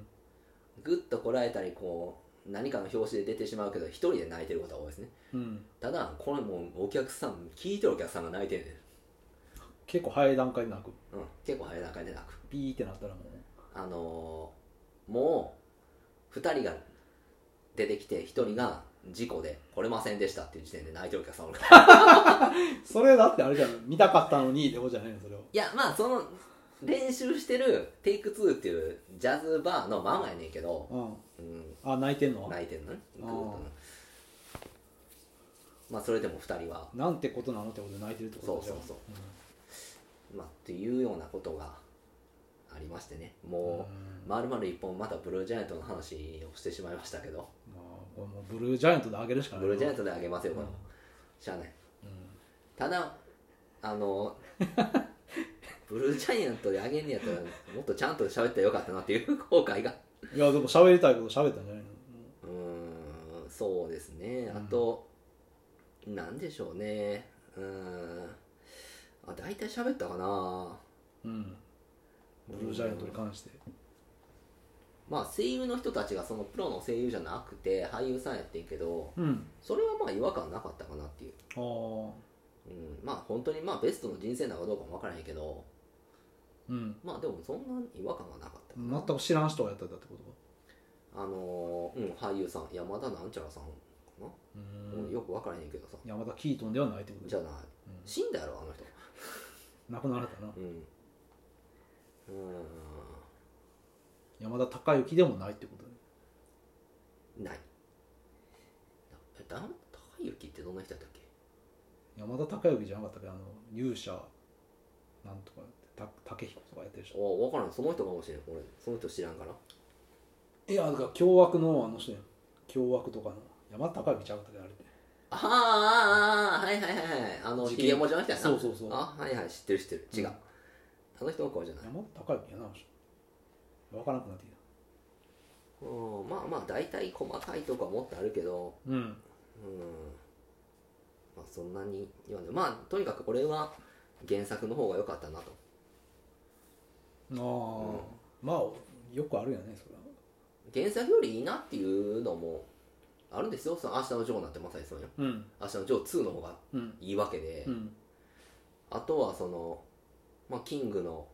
グッとこらえたりこう何かの表紙で出てしまうけど一人で泣いてることが多いですねうんうんただこれもうお客さん聞いてるお客さんが泣いてるね結構早い段階で泣くん、うん、結構早い段階で泣くピーってなったらもあのーもう2人が出てきて1人が事故で来れませんでしたっていう時点で泣いてるお客さんおるからうそれだってあれじゃん見たかったのにってことじゃないのそれをいやまあその練習してるテイク2っていうジャズバーのママやねんけど、ううん、んあ泣いてんの泣いてんのねグーあッーとねまあそれでも2人はなんてことなのってことで泣いてるってことそうそうそうまあっていうようなことがありましてねじゃあもうんうまるまる一本またブルージャイアントの話をしてしまいましたけどまあ、これもうブルージャイアントで上げるしかないブルージャイアントトであげますよこれもしゃあないただあ のブルージャイアントであげんねやったらもっとちゃんと喋ったらよかったなっていう後悔がいやでも喋りたいこと喋ったんじゃないのうーんそうですねあと、なんでしょうねうーんあ大体喋ったかなうんブルージャイアントに関してまあ声優の人たちがそのプロの声優じゃなくて俳優さんやってんけどうんそれはまあ違和感なかったかなっていう、ああうん、まあ本当にまあベストの人生なのかどうかもわからへんけどうんまあでもそんな違和感はなかったかな全く知らん人がやってたってことかあのーうん、俳優さん山田なんちゃらさんかなうん俺よく分からへんけどさ山田キートンではないってことじでゃあない死んだやろあの人亡くなられたなうんう山田孝之でもないってことでんないえだ高之ってどんな人だったっけ山田孝之じゃなかったっけあの勇者なんとかた武彦とかやってるでしょお分からんその人かもしれん俺その人知らんからいやだから凶悪のあの人やん凶悪とかの山田孝之ちゃうかったっけあれああああああはいはいはいはいあの事ひ件げもじゃな人やなそうそうそうあはいはい知ってる知ってる違う、うんあの人の顔じゃない山田孝之やなあの人分からなくなってきうたんまあまあ大体細かいとこはもっとあるけどうんうんまあそんなに読んでまあとにかくこれは原作の方が良かったなとああ、まあよくあるよねそれは原作よりいいなっていうのもあるんですよその明日のジョーなんてまさにそうようん明日のジョー2の方がうんいいわけで、うんあとはその、まあ、キングの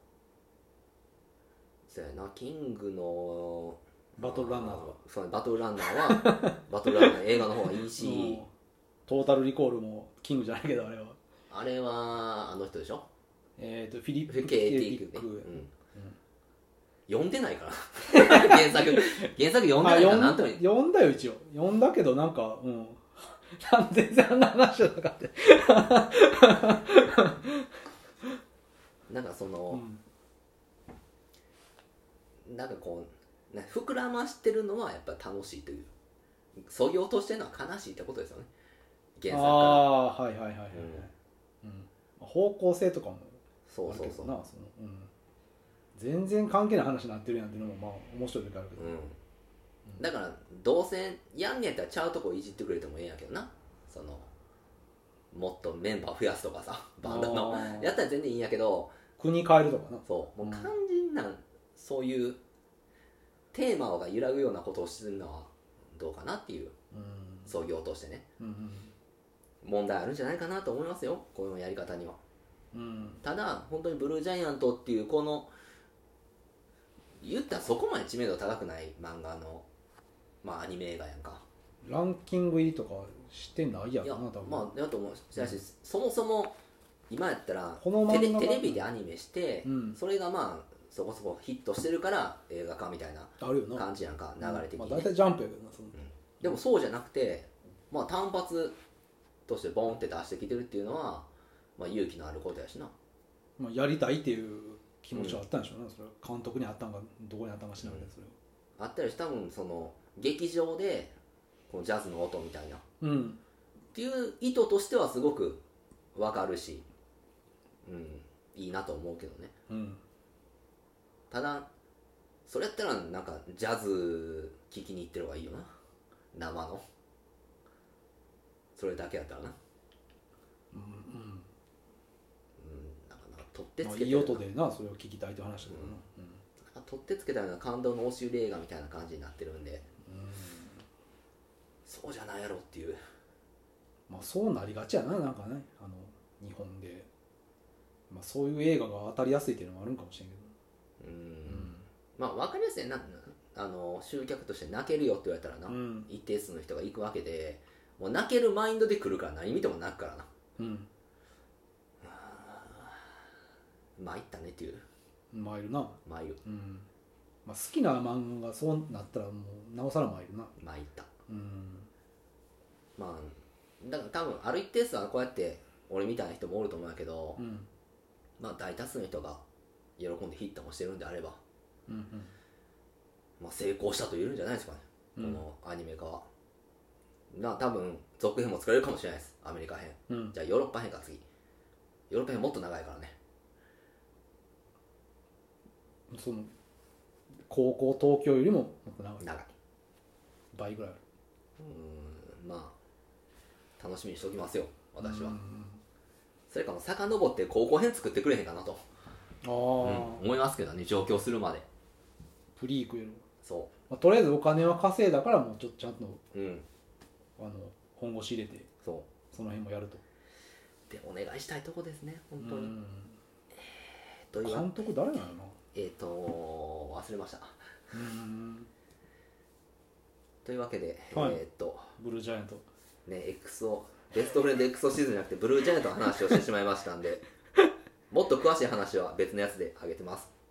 そうやなキングのバトルランナーとかあそうねバトルランナー はバトルランナー映画の方がいいしうんトータルリコールもキングじゃないけどあれはあれはあの人でしょえっ、とフィリッフプ・ィケイテリッィプ・ね、ック、うん読んでないから 原作原作読んでないからなんとも言えあ呼ん呼んだよ一応呼んだけどなんかうん全然あんな話じゃなかった、なんかその、んなんかこうね膨らましてるのはやっぱ楽しいというそぎ落としてるのは悲しいってことですよね原作からああーはいはいはいはい、はいうん方向性とかもあそうるそけうどそうなその、うん、全然関係ない話になってるやんっていうのもまあ面白い時あるけど、うん、だからどうせやんねやったらちゃうとこいじってくれてもええんやけどなそのもっとメンバー増やすとかさバンドのあーやったら全然いいんやけど国変えるとかなそうもううん肝心なそういうテーマが揺らぐようなことをするのはどうかなっていううん創業としてねうん問題あるんじゃないかなと思いますよこのやり方にはうんうんただ本当にブルージャイアントっていうこの言ったらそこまで知名度高くない漫画のまあアニメ映画やんかランキング入りとかしてないやいろやな多分、まあだと思うしだしそもそも今やったらこのテレ漫画がテレビでアニメして、うんそれがまあそこそこヒットしてるから映画化みたいなあ、るよな感じやんか流れ的まあ、に、大体ジャンプやけどなその、でもそうじゃなくて、まあ、単発としてボンって出してきてるっていうのは、まあ、勇気のあることやしなまあ、やりたいっていう気持ちはあったんでしょうね、それは監督にあったんかどこにあったんか知らないけどそれはあったりし多分その劇場でこのジャズの音みたいなっうんていう意図としてはすごくわかるし、うん、いいなと思うけどねうんただそれやったらなんかジャズ聴きに行ってる方がいいよな生のそれだけやったらなうんなんかなんか取ってつまあ、けいてい音でなそれを聞きたいって話だけどな、うんなんか取ってつけたような感動の押し売り映画みたいな感じになってるんでそうじゃないやろっていうまあ、そうなりがちやななんかねあの日本で、まあ、そういう映画が当たりやすいっていうのもあるんかもしれんけうん、まどあ分かりやすいなあの集客として泣けるよって言われたらな、うん一定数の人が行くわけでもう泣けるマインドで来るから何見ても泣くからなうん、参ったねっていううん、まあいるな、参るうんまあ、好きな漫画がそうなったらもうなおさらまいるな参ったうんまあだから多分ある一定数はこうやって俺みたいな人もおると思うんやけど、うんまあ大多数の人が喜んでヒットもしてるんであれば、うんうんまあ、成功したと言えるんじゃないですかね、うんこのアニメ化はな多分続編も作れるかもしれないですアメリカ編うんじゃあヨーロッパ編か次ヨーロッパ編もっと長いからねその高校東京よりももっと長い長い倍ぐらいあるうーんまあ楽しみにしておきますよ私は、うんそれかも遡って高校編作ってくれへんかなと、ううんんああ、思いますけどね上京するまでプリークよりも、そまあ、とりあえずお金は稼いだからもうちょっとちゃんとううんあの本腰入れてそその辺もやるとうでお願いしたいとこですね本当に、うんというわ監督誰なのかなえっ、と忘れましたうんというわけで、はいえっ、とブルージャイアントね、エクソ、ベストフレンドエクソシーズンじゃなくて、ブルージェネットの話をしてしまいましたんで、もっと詳しい話は別のやつであげてます。